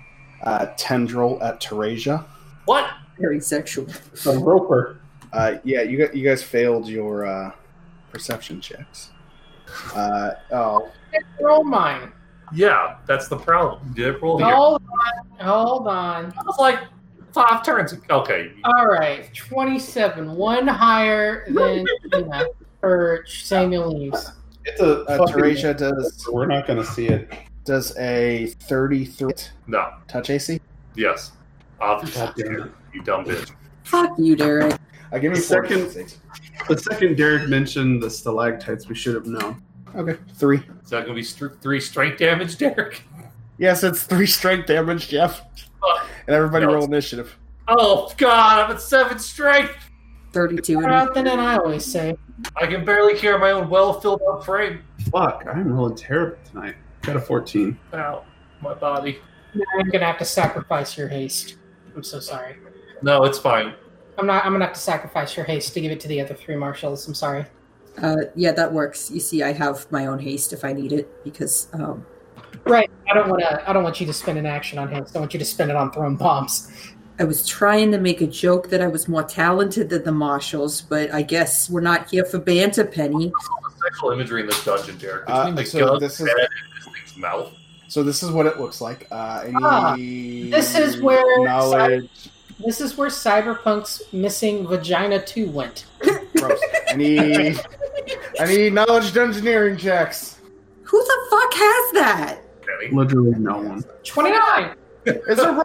uh, tendril at Teresia. What? Very sexual. It's a roper. Uh, yeah, you got, you guys failed your uh, perception checks. Uh, oh, Roll mine. Yeah, that's the problem. Did it roll here? Hold on. Hold on. I was like five turns. Oh. Okay. All right. 27. One higher than Gina for Samuel Leaves. It's a. uh, fucking- Teresia does We're not gonna see it. does a thirty-three No. touch AC. Yes. Obviously. God damn it. You dumb bitch. Fuck you, Derek. I Uh, give me Second- four. Six. The second Derek mentioned the stalactites, we should have known. Okay, three. Is that going to be str- three strength damage, Derek? Yes, it's three strength damage, Jeff. Fuck. And everybody No, roll it's- initiative. Oh, God. I'm at seven strength. 32 More and out than I always say. I can barely carry my own well filled up frame. Fuck, I'm rolling terrible tonight. Got a 14. Ow. My body. Now I'm gonna have to sacrifice your haste. I'm so sorry. No, it's fine. I'm not. I'm gonna have to sacrifice your haste to give it to the other three marshals. I'm sorry. uh, yeah, that works. You see, I have my own haste if I need it because um, Right. I don't want to. I don't want you to spend an action on haste. I want you to spend it on throwing bombs. I was trying to make a joke that I was more talented than the marshals, but I guess we're not here for banter, Penny. Sexual imagery in this dungeon, Derek. Uh, Between the so gun this is- head and this thing's mouth. So this is what it looks like. Uh, any Ah, this is where- knowledge. This is where Cyberpunk's missing vagina two went. Gross. *laughs* any any knowledge dungeoneering checks? Who the fuck has that? Kenny. Literally no one. Twenty nine. Is there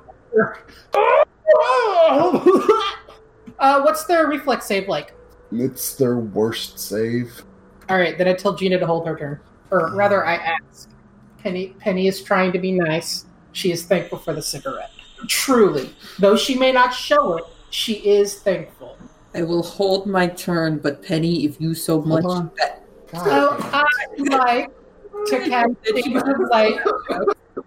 Uh, what's their reflex save like? It's their worst save. Uh-huh. All right, then I tell Gina to hold her turn, or rather, I ask. Penny Penny is trying to be nice. She is thankful for the cigarette. Truly, though she may not show it, she is thankful. I will hold my turn, but Penny, if you so much on. bet. So I would like to *laughs* cast Shaper's Light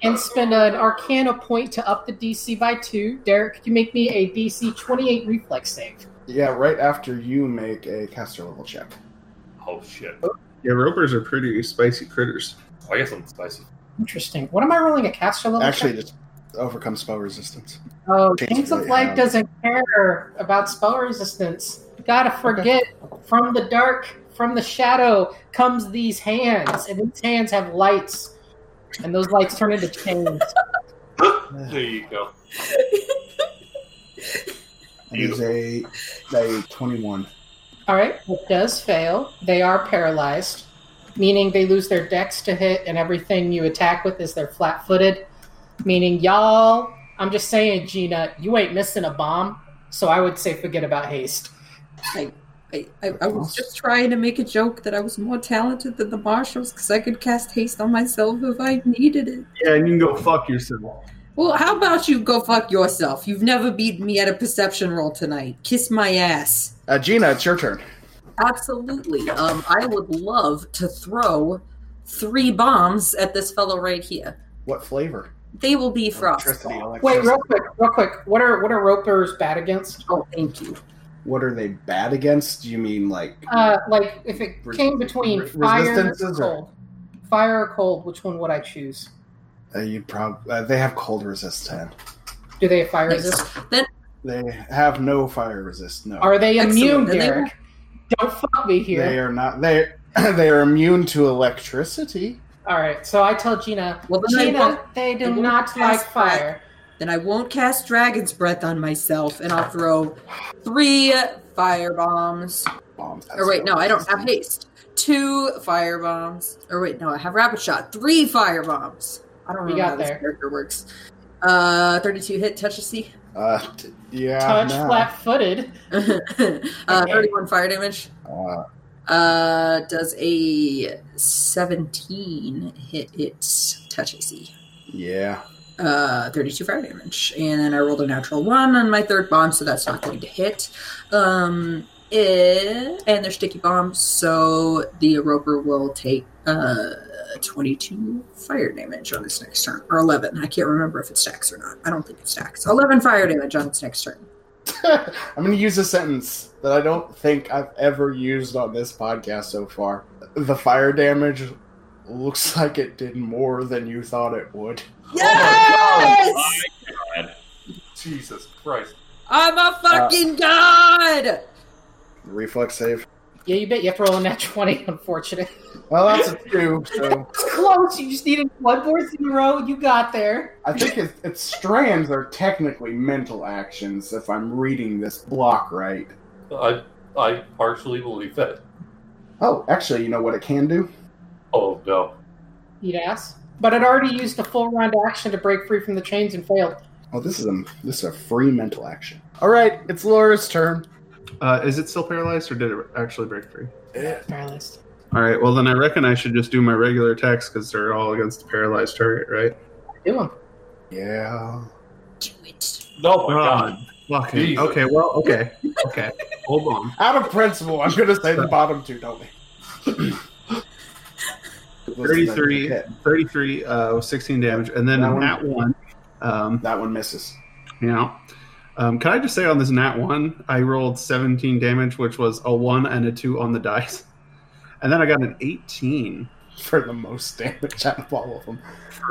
and spend an Arcana point to up the DC by two. Derek, could you make me a DC 28 reflex save? yeah, right after you make a caster level check. Oh shit! Yeah, ropers are pretty spicy critters. I guess I'm spicy. Interesting. What am I rolling? A caster level? Actually, check? just overcome spell resistance. oh, it's Kings of really Light hard. doesn't care about spell resistance. Gotta forget from the dark, from the shadow comes these hands, and these hands have lights, and those lights turn into chains. *laughs* There you go. It is a a twenty-one. All right, it does fail. They are paralyzed, meaning they lose their dex to hit, and everything you attack with is they're flat footed. Meaning, y'all, I'm just saying, Gina, you ain't missing a bomb, so I would say forget about haste. I, I, I was just trying to make a joke that I was more talented than the marshals because I could cast haste on myself if I needed it. Yeah, and you can go fuck yourself. Well, how about you go fuck yourself? You've never beaten me at a perception roll tonight. Kiss my ass. Uh, Gina, it's your turn. Absolutely. Um, I would love to throw three bombs at this fellow right here. What flavor? They will be frost. Electricity, Wait, electricity. real quick, real quick. What are what are Roper's bad against? Oh, thank you. what are they bad against? Do you mean like Uh, like if it Res- came between re- fire or resistances or- cold, fire or cold, which one would I choose? uh, you? Prob- uh, they have cold resist ten. Do they have fire Nice. resist? They have no fire resist. No, Are they Excellent. immune, Then they will- Derek? Don't fuck me here. they are not. They *clears throat* they are immune to electricity. All right, so I tell Gina, Well, then I won't- Gina, they I do won't not cast like that. fire. Then I won't cast Dragon's Breath on myself, and I'll throw three fire bombs. Bomb, that's Or wait, no, I don't have resistance. haste. Two fire bombs. Or wait, no, I have rapid shot. Three fire bombs. I don't You know got how this there. character works. Uh, thirty-two hit touch a C. Uh, t- yeah, Touch no. flat-footed. *laughs* uh, Okay. Thirty-one fire damage. Uh, Uh, does a seventeen hit its touch AC? yeah, *laughs* uh, 32 fire damage. And then I rolled a natural one on my third bomb, so that's not going to hit. Um, eh, and they're sticky bombs, so the roper will take uh, 22 fire damage on its next turn. Or 11. I can't remember if it stacks or not. I don't think it stacks. 11 fire damage on its next turn. I'm going to use a sentence that I don't think I've ever used on this podcast so far. The fire damage looks like it did more than you thought it would. Yes! Jesus Christ! I'm a fucking god! Reflex save. Yeah, you bet you have to roll a nat 20, *laughs* unfortunate. Well, that's a two. So It's close. You just needed one more in a row. You got there. I think it's, it's strands are technically mental actions if I'm reading this block right. I I partially believe that. Oh, actually, you know what it can do? Oh no! Eat ass. But it already used a full round action to break free from the chains and failed. Oh, this is a this is a free mental action. All right, it's Laura's turn. Uh, is it still paralyzed or did it actually break free? Paralyzed. All right, well, then I reckon I should just do my regular attacks because they're all against the paralyzed target, right? Do him. Yeah. Do it. No my God! Fucking- Jesus. Okay, well, okay. Okay. Hold on. Out of principle, I'm going to say the bottom two, don't we? 33, 33, uh, 16 damage. And then That that one? nat 1. Um, That one misses. you know. Um, can I just say on this nat 1, I rolled 17 damage, which was a 1 and a 2 on the dice. And then I got an 18 For the most damage out of all of them.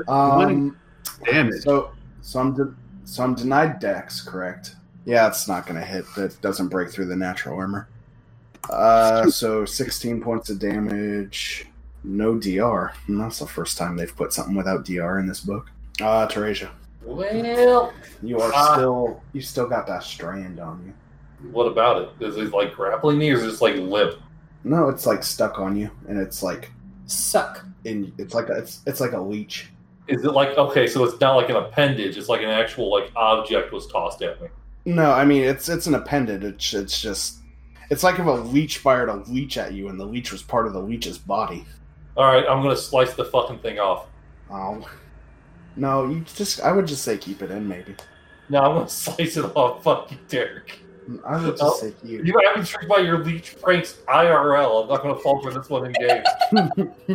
Um, damage. so, so I'm, de- So I'm denied dex, correct? Yeah, it's not going to hit. That doesn't break through the natural armor. Uh, so 16 points of damage. No DR. And that's the first time they've put something without DR in this book. Ah, uh, Teresia, Well, you are Ah. still you still got that strand on you. what about it? Is it like grappling me, or is it just like limp? No, it's like stuck on you, and it's like Suck. in it's like a, it's it's like a leech. Is it like okay? So it's not like an appendage. It's like an actual like object was tossed at me. No, I mean it's it's an appendage. It's it's just it's like if a leech fired a leech at you, and the leech was part of the leech's body. All right, I'm gonna slice the fucking thing off. Oh. No, you just I would just say keep it in maybe. No, I'm gonna *laughs* slice it off. Fuck you, Derek. I would just Oh. say keep You have been tricked by your leech pranks IRL. I'm not gonna fall for this one in game.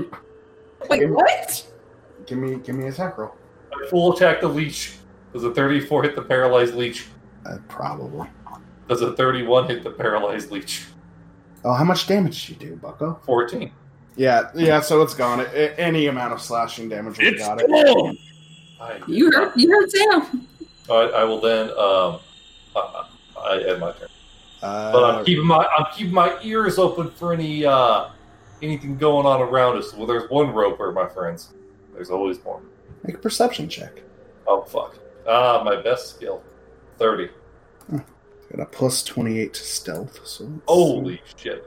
Wait, what? *laughs* give me give me a attack roll. I full attack the leech. Does a 34 hit the paralyzed leech? Uh, probably. Does a 31 hit the paralyzed leech? Oh, how much damage did you do, Bucko? 14. Yeah, yeah. So it's gone. A- a- any amount of slashing damage, we got it. I, You heard, you heard Sam. All right, I will then. Um, I, I, I end my turn, Uh, but I'm keeping my I'm keeping my ears open for any uh, anything going on around us. Well, there's one roper, my friends. There's always more. make a perception check. Oh fuck! Ah, my best skill, thirty. Got a plus twenty-eight to stealth. So let's Holy shit!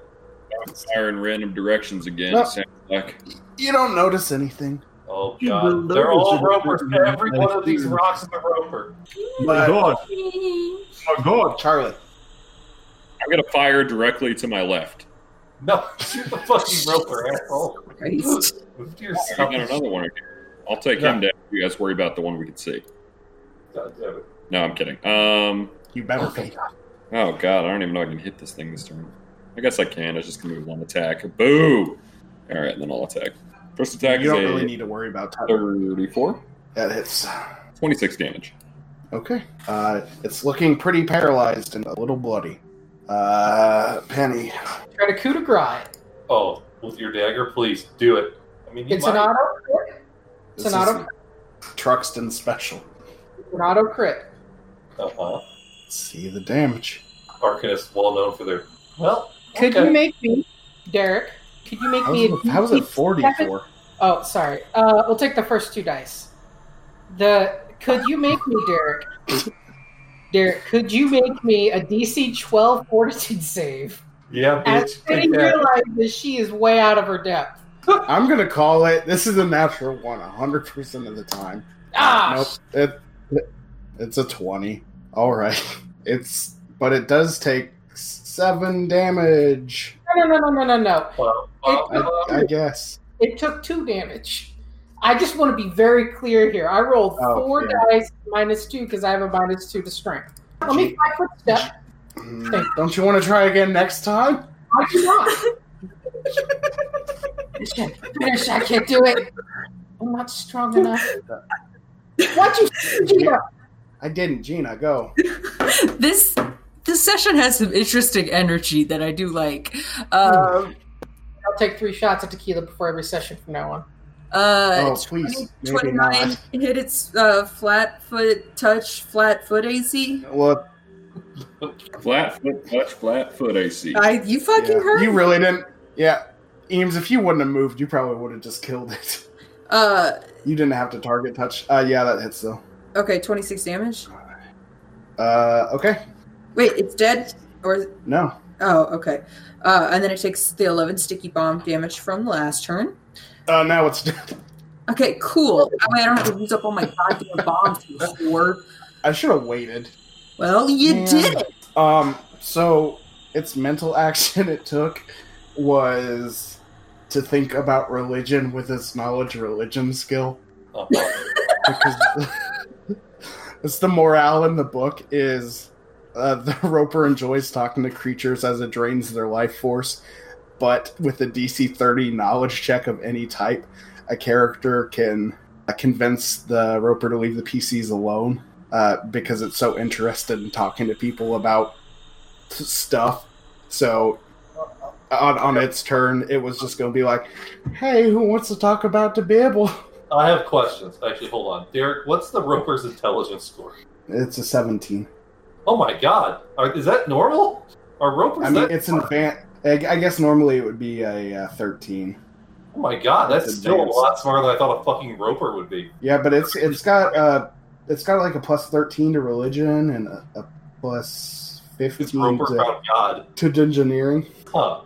Fire in random directions again. No. Sounds like see. You don't notice anything, Oh You god, will they're lose all it. ropers. Every one of these Mm. rocks is a roper. but God. Oh, God. Charlie, I'm gonna fire directly to my left. No, *laughs* shoot the fucking roper, asshole. *gasps* Christ. Move to I yourself. got another one. I'll take him down. You guys worry about the one we can see. God damn it. No, I'm kidding. Um. you better Oh, be. thank God. Oh god, I don't even know I can hit this thing this turn. I guess I can. I just can move one attack. Boo! All right, then I'll attack. First attack You don't is really a need to worry about that. 34, That hits. 26 damage. Okay. Uh, it's looking pretty paralyzed and a little bloody. Uh, Penny, Try to coup de grace. Oh, with your dagger, please do it. I mean, you It's might. an auto. It's this an is auto. Truxton special. It's an auto crit. Uh-huh. Let's see the damage. Arcanists well known for their well. Could okay. you make me, Derek? Could you make How's me? it, a how's it DC forty-four? Oh, sorry. Uh, we'll take the first two dice. The could you make me, Derek? Derek, could you make me a DC 12 Fortitude save? Yeah, As bitch. Penny take that. realizes that she is way out of her depth. I'm gonna call it. This is a natural one, hundred percent of the time. Ah, nope. It, it- it's a 20. All right. *laughs* It's but it does take 7 damage, no, no, no, no, no, no. Well, well, I, well, I guess. It took two damage. I just want to be very clear here. I rolled Oh, four yeah. dice minus two because I have a minus two to strength. Let me five foot step. Mm, Don't you want to try again next time? I do not. Finish, I can't do it. I'm not strong enough. What you do? I didn't, Gina. Go. This this session has some interesting energy that I do like. Hmm. Um, I'll take three shots of tequila before every session from now on. uh, oh, please. Maybe 29 not. hit its uh, flat foot touch, flat foot AC. Well, Flat foot, touch, flat foot AC. I, you fucking yeah, heard. you really didn't. Yeah. Eames, if you wouldn't have moved, you probably would have just killed it. *laughs* uh, You didn't have to target touch. Uh, yeah, that hits though. okay, 26 damage. Uh, okay. Wait, it's dead? Or No. Oh, okay. Uh, and then it takes the 11 sticky bomb damage from last turn. Uh, now it's. *laughs* Okay, cool. That way I don't have to use up all my goddamn bombs before. I should have waited. Well, you Man. did it. Um, so its mental *laughs* action it took was to think about religion with its knowledge religion skill uh-huh. because *laughs* it's the morale in the book is uh, the *laughs* roper enjoys talking to creatures as it drains their life force but with a dc 30 knowledge check of any type a character can uh, convince the roper to leave the pcs alone uh, because it's so interested in talking to people about s- stuff so on, on its turn it was just going to be like hey who wants to talk about the bible I have questions. Actually, hold on, Derek. What's the roper's intelligence score? It's a 17. Oh my god. Are, is that normal? Are ropers I mean, that? it's an advanced. I I guess normally it would be a uh, 13. oh my god, that's it's still a advanced. lot smarter than I thought a fucking roper would be. Yeah, but it's it's got uh it's got like a plus 13 to religion and a, a plus 15 It's roper to, found god. to engineering, Huh.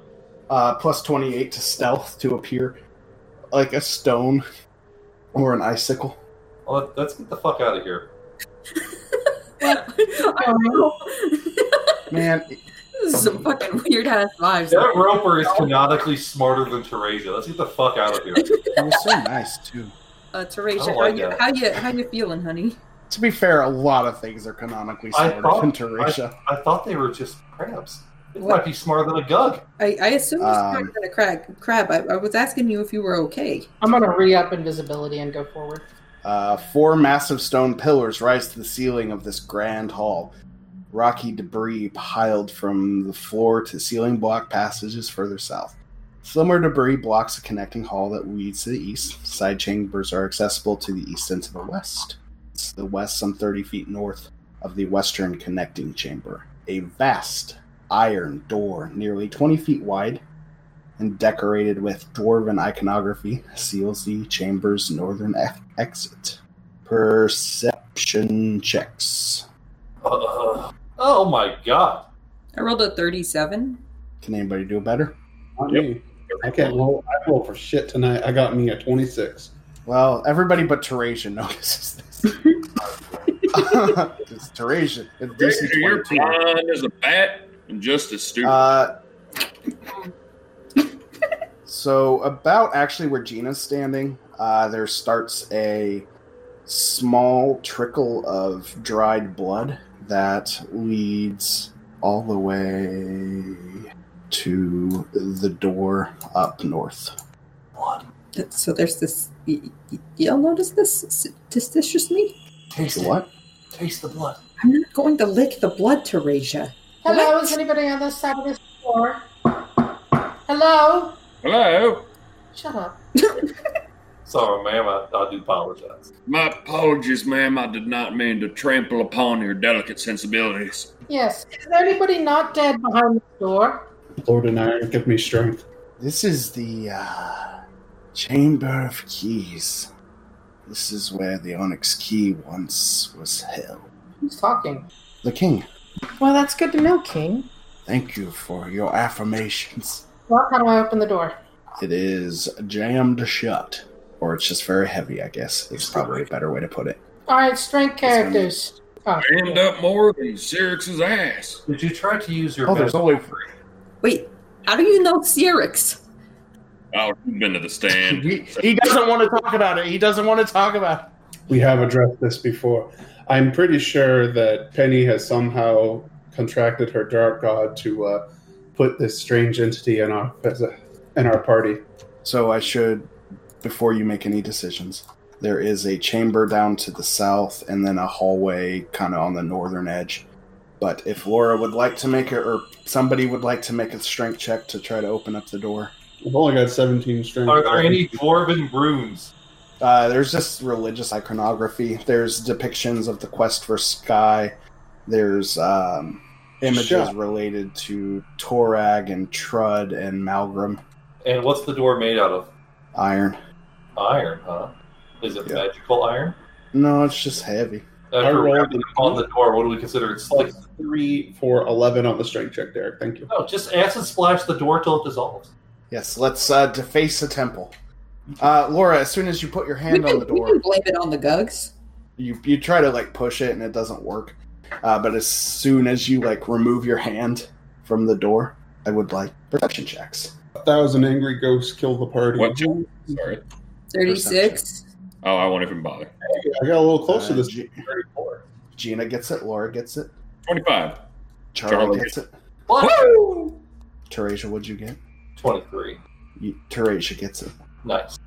uh plus 28 to stealth to appear like a stone or an icicle. Well, let- let's get the fuck out of here. I Um, know. Man, *laughs* this is some fucking weird ass vibes. That roper is canonically smarter than Teresia. Let's get the fuck out of here. it was so nice too. Uh, I Teresia, don't how like you that. how you how you feeling, honey? To be fair, a lot of things are canonically I smarter thought- than Teresia. I thought they were just crabs. It What? might be smarter than a gug. I, I assume you're smarter Um, than a crab. Crab. I, I was asking you if you were okay. I'm gonna re up invisibility and go forward. Uh, four massive stone pillars rise to the ceiling of this grand hall. Rocky debris piled from the floor to ceiling block passages further south. Similar debris blocks a connecting hall that leads to the east. Side chambers are accessible to the east and to the west. To the west, some 30 feet north of the western connecting chamber. A vast iron door, nearly 20 feet wide, and decorated with dwarven iconography seals the chamber's northern e- exit. Perception checks. Uh, oh my god. I rolled a thirty-seven. Can anybody do better? Not Yep. me. I can't roll. I roll for shit tonight. I got me a 26. Well, everybody but Teresia *laughs* notices this. it's Teresia. It's DC You're 22. blind as a bat and just as stupid. Uh, so about actually where Gina's standing, uh, there starts a small trickle of dried blood that leads all the way to the door up north. What? That- So there's this. y- y- Y'all notice this s- suspiciously? Taste it. What? Taste the blood. I'm not going to lick the blood, Teresia. Hello, is anybody on this side of this floor? Hello? Hello, Shut up. Sorry, ma'am. I, I do apologize. my apologies, ma'am. I did not mean to trample upon your delicate sensibilities. Yes. Is there anybody not dead behind this door? Lord and I give me strength. This is the uh, Chamber of Keys. This is where the Onyx Key once was held. Who's talking? The king. Well, that's good to know, King. Thank you for your affirmations. Well, how do I open the door? It is jammed shut, or it's just very heavy, I guess. It's probably a better way to put it. All right, strength characters. Oh, End up more than Syrinx's ass. Did you try to use your Oh, there's only Wait, how do you know Cyrix? Oh, you've been to the stand. *laughs* He, he doesn't want to talk about it. He doesn't want to talk about it. We have addressed this before. I'm pretty sure that Penny has somehow contracted her dark god to uh, put this strange entity in our in our party. So I should, before you make any decisions, there is a chamber down to the south, and then a hallway kind of on the northern edge. But if Laura would like to make it, or somebody would like to make a strength check to try to open up the door, I've only got 17 strength. Are there any dwarven runes? Uh, there's just religious iconography. There's depictions of the quest for sky. There's um, images Shut. related to Torag and Trud and Malgrim And what's the door made out of? iron. Iron, huh? Is it Yeah. magical iron? No, it's just heavy. I After rolled rapping on the door, what do we consider it? Slick? three for 11 on the strength check, Derek? Thank you. No, just acid splash the door till it dissolves. Yes, let's uh, deface the temple. Uh, Laura, as soon as you put your hand we can, on the we can door, blame it on the Gugs. you you try to like push it and it doesn't work. Uh, but as soon as you like remove your hand from the door, I would like perception checks. A thousand angry ghosts kill the party. What? Sorry. Thirty-six. Oh, I won't even bother. I got a little close to Uh, this. G- 34. Gina gets it. Laura gets it. Twenty-five. Charlie Charlie. gets it. What? Teresia, what'd you get? 23. You, Teresia gets it. Nice.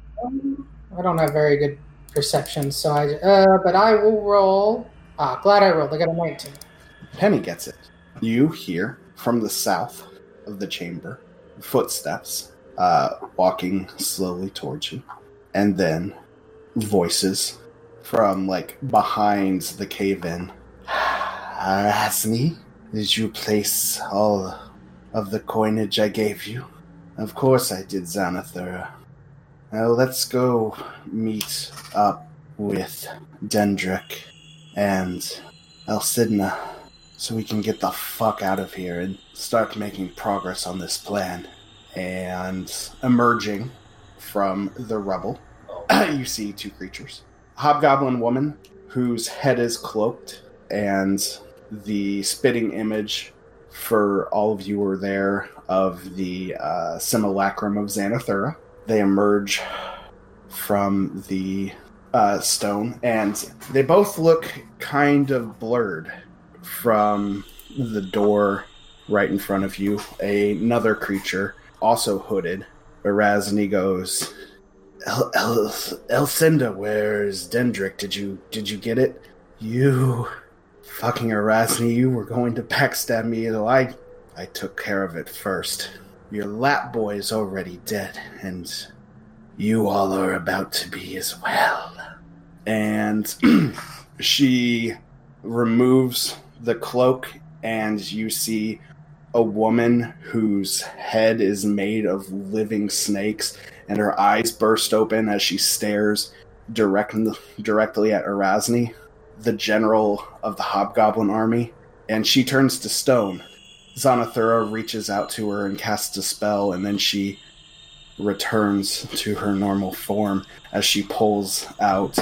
I don't have very good perception, so I. Uh, but I will roll. Ah, glad I rolled. I got a 19. Penny gets it. You hear from the south of the chamber footsteps uh, walking slowly towards you, and *sighs* then voices from like behind the cave in. harass me? Did you place all of the coinage I gave you? Of course I did, Xanathura. Now let's go meet up with Dendrick and Elsidna so we can get the fuck out of here and start making progress on this plan. And emerging from the rubble, *clears throat* you see two creatures Hobgoblin woman, whose head is cloaked, and the spitting image for all of you who are there of the uh, simulacrum of Xanathura. They emerge from the uh, stone, and they both look kind of blurred from the door right in front of you. another creature, also hooded. Erasni goes, El- El- Elcinda, where's Dendrick? Did you did you get it? You fucking Erasni, you were going to backstab me though I I took care of it first. Your lap boy is already dead, and you all are about to be as well. And *clears throat* she removes the cloak, and you see a woman whose head is made of living snakes, and her eyes burst open as she stares direct, directly at Erasni, the general of the Hobgoblin army, and she turns to stone. Zanathura reaches out to her and casts a spell, and then she returns to her normal form as she pulls out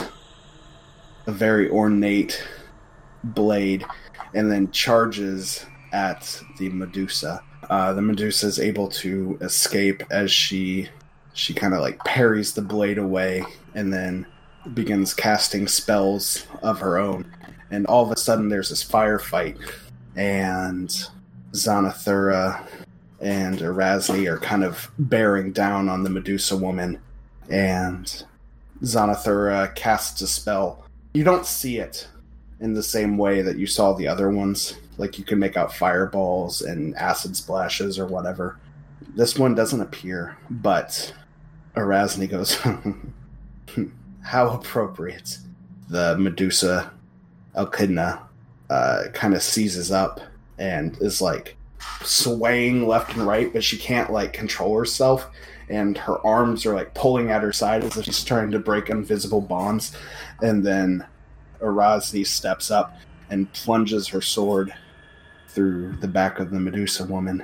a very ornate blade and then charges at the Medusa. Uh, the Medusa is able to escape as she she kind of like parries the blade away and then begins casting spells of her own. And all of a sudden, there's this firefight, and Zanathura and Erasli are kind of bearing down on the Medusa woman, and Zanathura casts a spell. You don't see it in the same way that you saw the other ones. Like you can make out fireballs and acid splashes or whatever. This one doesn't appear, but Erasni goes, *laughs* How appropriate. The Medusa Elkidna uh, kind of seizes up and is like swaying left and right, but she can't like control herself. And her arms are like pulling at her side as if she's trying to break invisible bonds. And then Erasni steps up and plunges her sword through the back of the Medusa woman.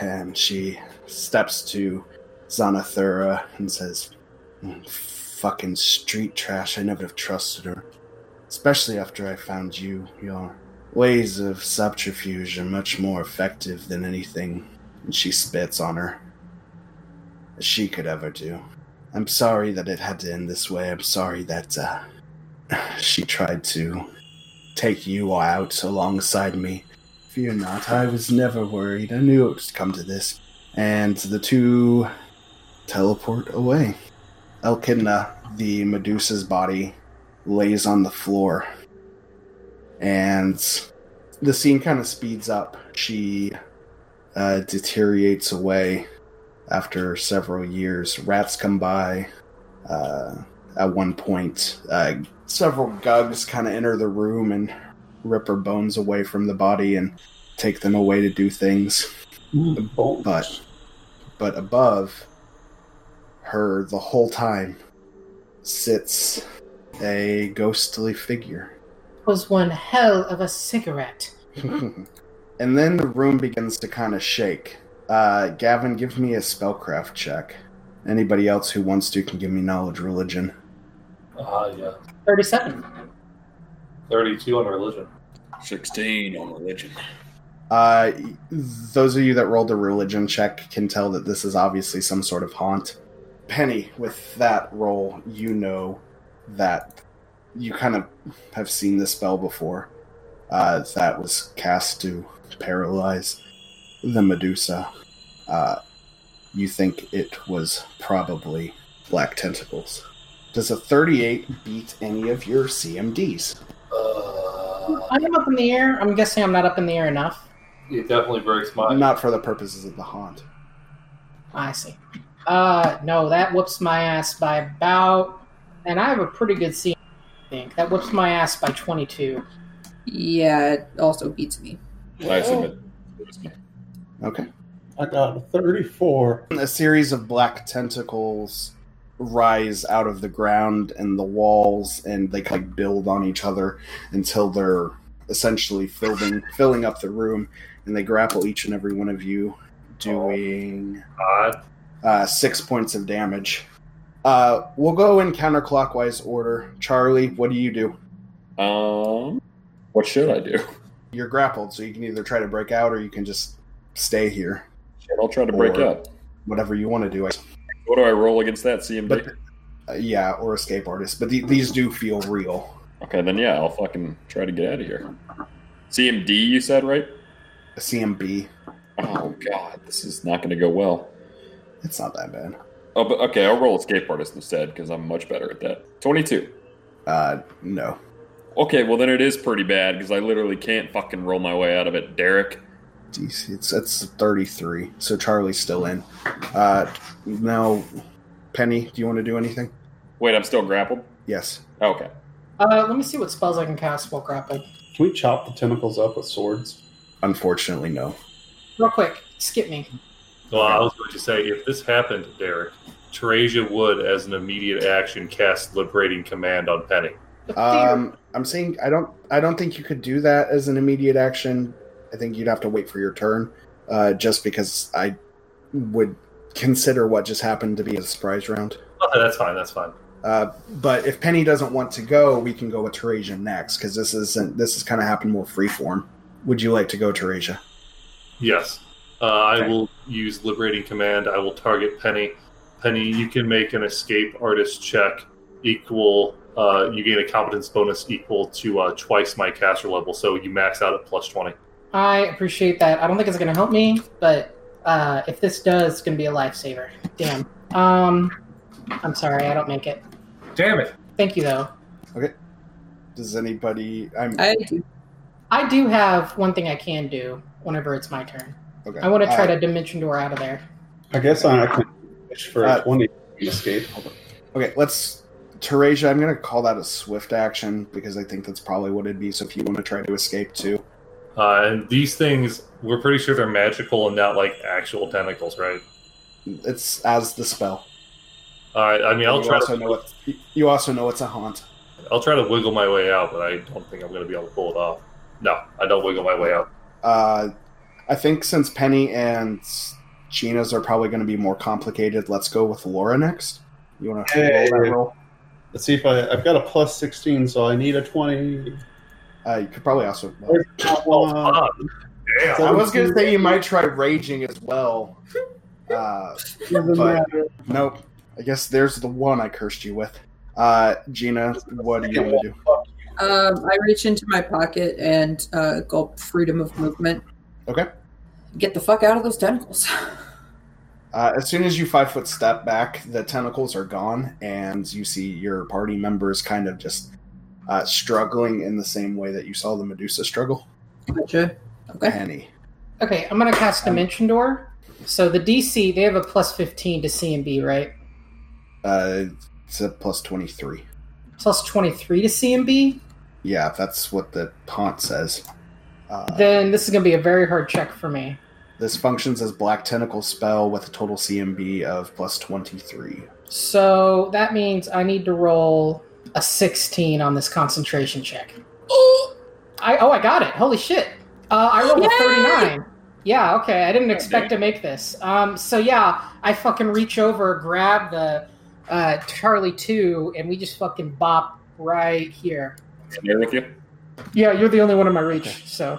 And she steps to Zanathura and says, "Mm, Fucking street trash. I never have trusted her. Especially after I found you. Your ways of subterfuge are much more effective than anything. And she spits on her. She could ever do. I'm sorry that it had to end this way. I'm sorry that uh, she tried to take you out alongside me. Fear not, I was never worried. I knew it would come to this. And the two teleport away. Elkidna, the Medusa's body, lays on the floor. And the scene kind of speeds up. She uh, deteriorates away after several years. Rats come by. Uh, at one point, uh, several gugs kind of enter the room and rip her bones away from the body and take them away to do things. Oh. But, but above her, the whole time, sits a ghostly figure. Was one hell of a cigarette. and then the room begins to kind of shake. Uh, Gavin, give me a spellcraft check. Anybody else who wants to can give me knowledge religion. Ah, yeah. 37. 32 on religion. 16 oh on religion. Uh, those of you that rolled a religion check can tell that this is obviously some sort of haunt. Penny, with that roll, you know that you kind of have seen this spell before. Uh, that was cast to paralyze the Medusa. Uh, you think it was probably black tentacles. Does a 38 beat any of your CMDs? I'm up in the air. I'm guessing I'm not up in the air enough. Uh, It definitely breaks my. Not for the purposes of the haunt. I see. Uh, no, that whoops my ass by about, and I have a pretty good C. I think that whoops my ass by 22. Yeah, it also beats me. I assume it. it was me. Okay. I got a 34. A series of black tentacles rise out of the ground and the walls, and they kind of build on each other until they're essentially filling filling up the room, and they grapple each and every one of you, doing God. uh, six points of damage. Uh, we'll go in counterclockwise order. Charlie, what do you do? Um, what should I do? You're grappled, so you can either try to break out or you can just stay here. Shit, I'll try to break Or- out. Whatever you want to do. I What do I roll against that CMD? But uh, yeah, or escape artist. But the, these do feel real. okay, then yeah, I'll fucking try to get out of here. CMD, you said right? CMB. Oh god, this is not going to go well. It's not that bad. Oh, but okay, I'll roll escape artist instead because I'm much better at that. Twenty-two. Uh, no. Okay, well then it is pretty bad because I literally can't fucking roll my way out of it, Derek. DC. It's it's thirty three. So Charlie's still in. Uh, now, Penny, do you want to do anything? Wait, I'm still grappled. Yes. Okay. Uh, let me see what spells I can cast while grappling. Can we chop the tentacles up with swords? Unfortunately, no. Real quick, skip me. Well, I was going to say, if this happened, Derek, Teresia would, as an immediate action, cast Liberating Command on Penny. Um, I'm saying I don't. I don't think you could do that as an immediate action. I think you'd have to wait for your turn. Uh, just because I would consider what just happened to be a surprise round. Okay, that's fine. That's fine. Uh, but if Penny doesn't want to go, we can go with Teresia next because this isn't this has kind of happened more freeform. Would you like to go, Teresia? Yes. Uh, I will use Liberating Command. I will target Penny. Penny, you can make an escape artist check equal. Uh, you gain a competence bonus equal to uh, twice my caster level, so you max out at plus 20. I appreciate that. I don't think it's going to help me, but uh, if this does, it's going to be a lifesaver. Damn. Um, I'm sorry, I don't make it. Damn it. Thank you, though. Does anybody? I'm I do. I do have one thing I can do whenever it's my turn. okay. I want to try Uh, to dimension door out of there. I guess I can push for Uh, a 20 escape. Okay, let's. Teresia, I'm going to call that a swift action because I think that's probably what it'd be. So if you want to try to escape too, Uh, and these things, we're pretty sure they're magical and not like actual tentacles, right? it's as the spell. All right. I mean, I'll you try. also To, know it, You also know it's a haunt. I'll try to wiggle my way out, but I don't think I'm going to be able to pull it off. No, I don't wiggle my way out. Uh, I think since Penny and Gina's are probably going to be more complicated, let's go with Laura next. You want to Hey. roll that roll? Let's see if I, I've got a plus 16, so I need a 20. Uh, you could probably also. Uh, Ah, damn. I was gonna say you might try raging as well. Uh, doesn't but- matter. nope. I guess there's the one I cursed you with. Uh, Gina, what do you want to do? Um, I reach into my pocket and uh, gulp freedom of movement. Okay. Get the fuck out of those tentacles. *laughs* Uh, as soon as you five foot step back, the tentacles are gone, and you see your party members kind of just uh, struggling in the same way that you saw the Medusa struggle. Gotcha. Okay. Penny. Okay, I'm going to cast dimension door. So the DC, they have a plus 15 to C and B, right? Uh, it's a plus 23. Plus 23 to C and B. Yeah, that's what the taunt says. Uh, Then this is going to be a very hard check for me. this functions as black tentacle spell with a total CMB of plus 23. So that means I need to roll a 16 on this concentration check. *gasps* I oh I got it. Holy shit. Uh, I rolled a 39. Yeah, okay. I didn't expect to make this. Um, so yeah, I fucking reach over, grab the uh, Charlie 2 and we just fucking bop right here. Am I with you? Yeah, you're the only one in my reach. So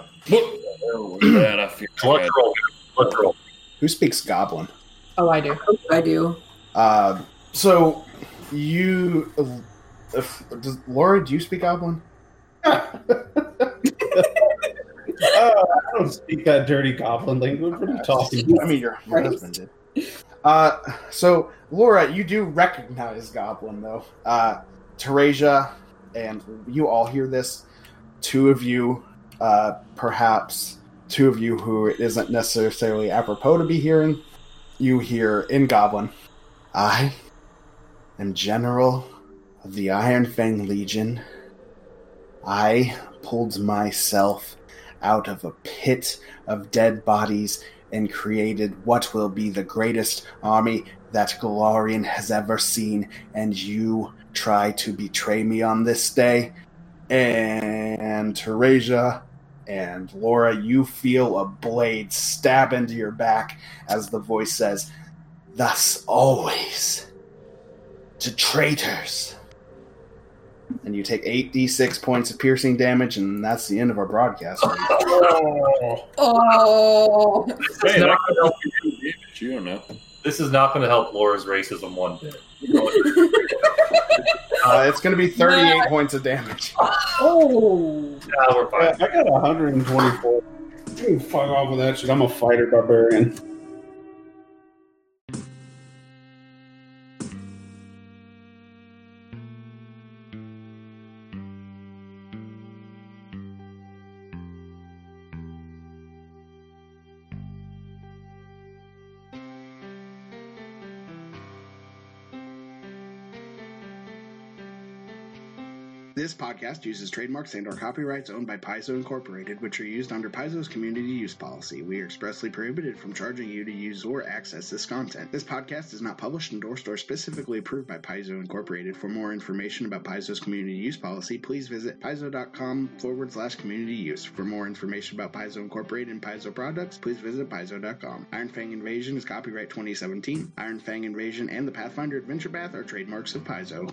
Oh, that I feel Clutch bad. roll. Clutch roll. Who speaks goblin? oh, I do. I do. Uh, so you. uh, If, does, Laura, do you speak goblin? *laughs* Uh, I don't speak that dirty goblin language. What are you talking *laughs* about? I mean, your, your Right. husband did. Uh, so, Laura, you do recognize Goblin, though. Uh, Teresia, and you all hear this. Two of you, uh, perhaps two of you who it isn't necessarily apropos to be hearing, you hear in Goblin, I am General of the Iron Fang Legion, I pulled myself out of a pit of dead bodies and created what will be the greatest army that Galarian has ever seen, and you try to betray me on this day. And Teresia and Laura, you feel a blade stab into your back as the voice says, Thus always to traitors. And you take 8d6 points of piercing damage, and that's the end of our broadcast. Oh, This is not gonna help you. You don't know. This is not going to help Laura's racism one bit. *laughs* Uh, it's going to be 38 Yeah. points of damage. oh, Now we're I fine. I got 124. You can fuck off with that shit. I'm a fighter barbarian. This podcast uses trademarks and/or copyrights owned by Paizo Incorporated, which are used under Paizo's community use policy. We are expressly prohibited from charging you to use or access this content. This podcast is not published, endorsed, or specifically approved by Paizo Incorporated. For more information about Paizo's community use policy, please visit paizo.com forward slash community use. For more information about Paizo Incorporated and Paizo products, please visit paizo.com. Iron Fang Invasion is copyright 2017. Iron Fang Invasion and the Pathfinder Adventure Path are trademarks of Paizo.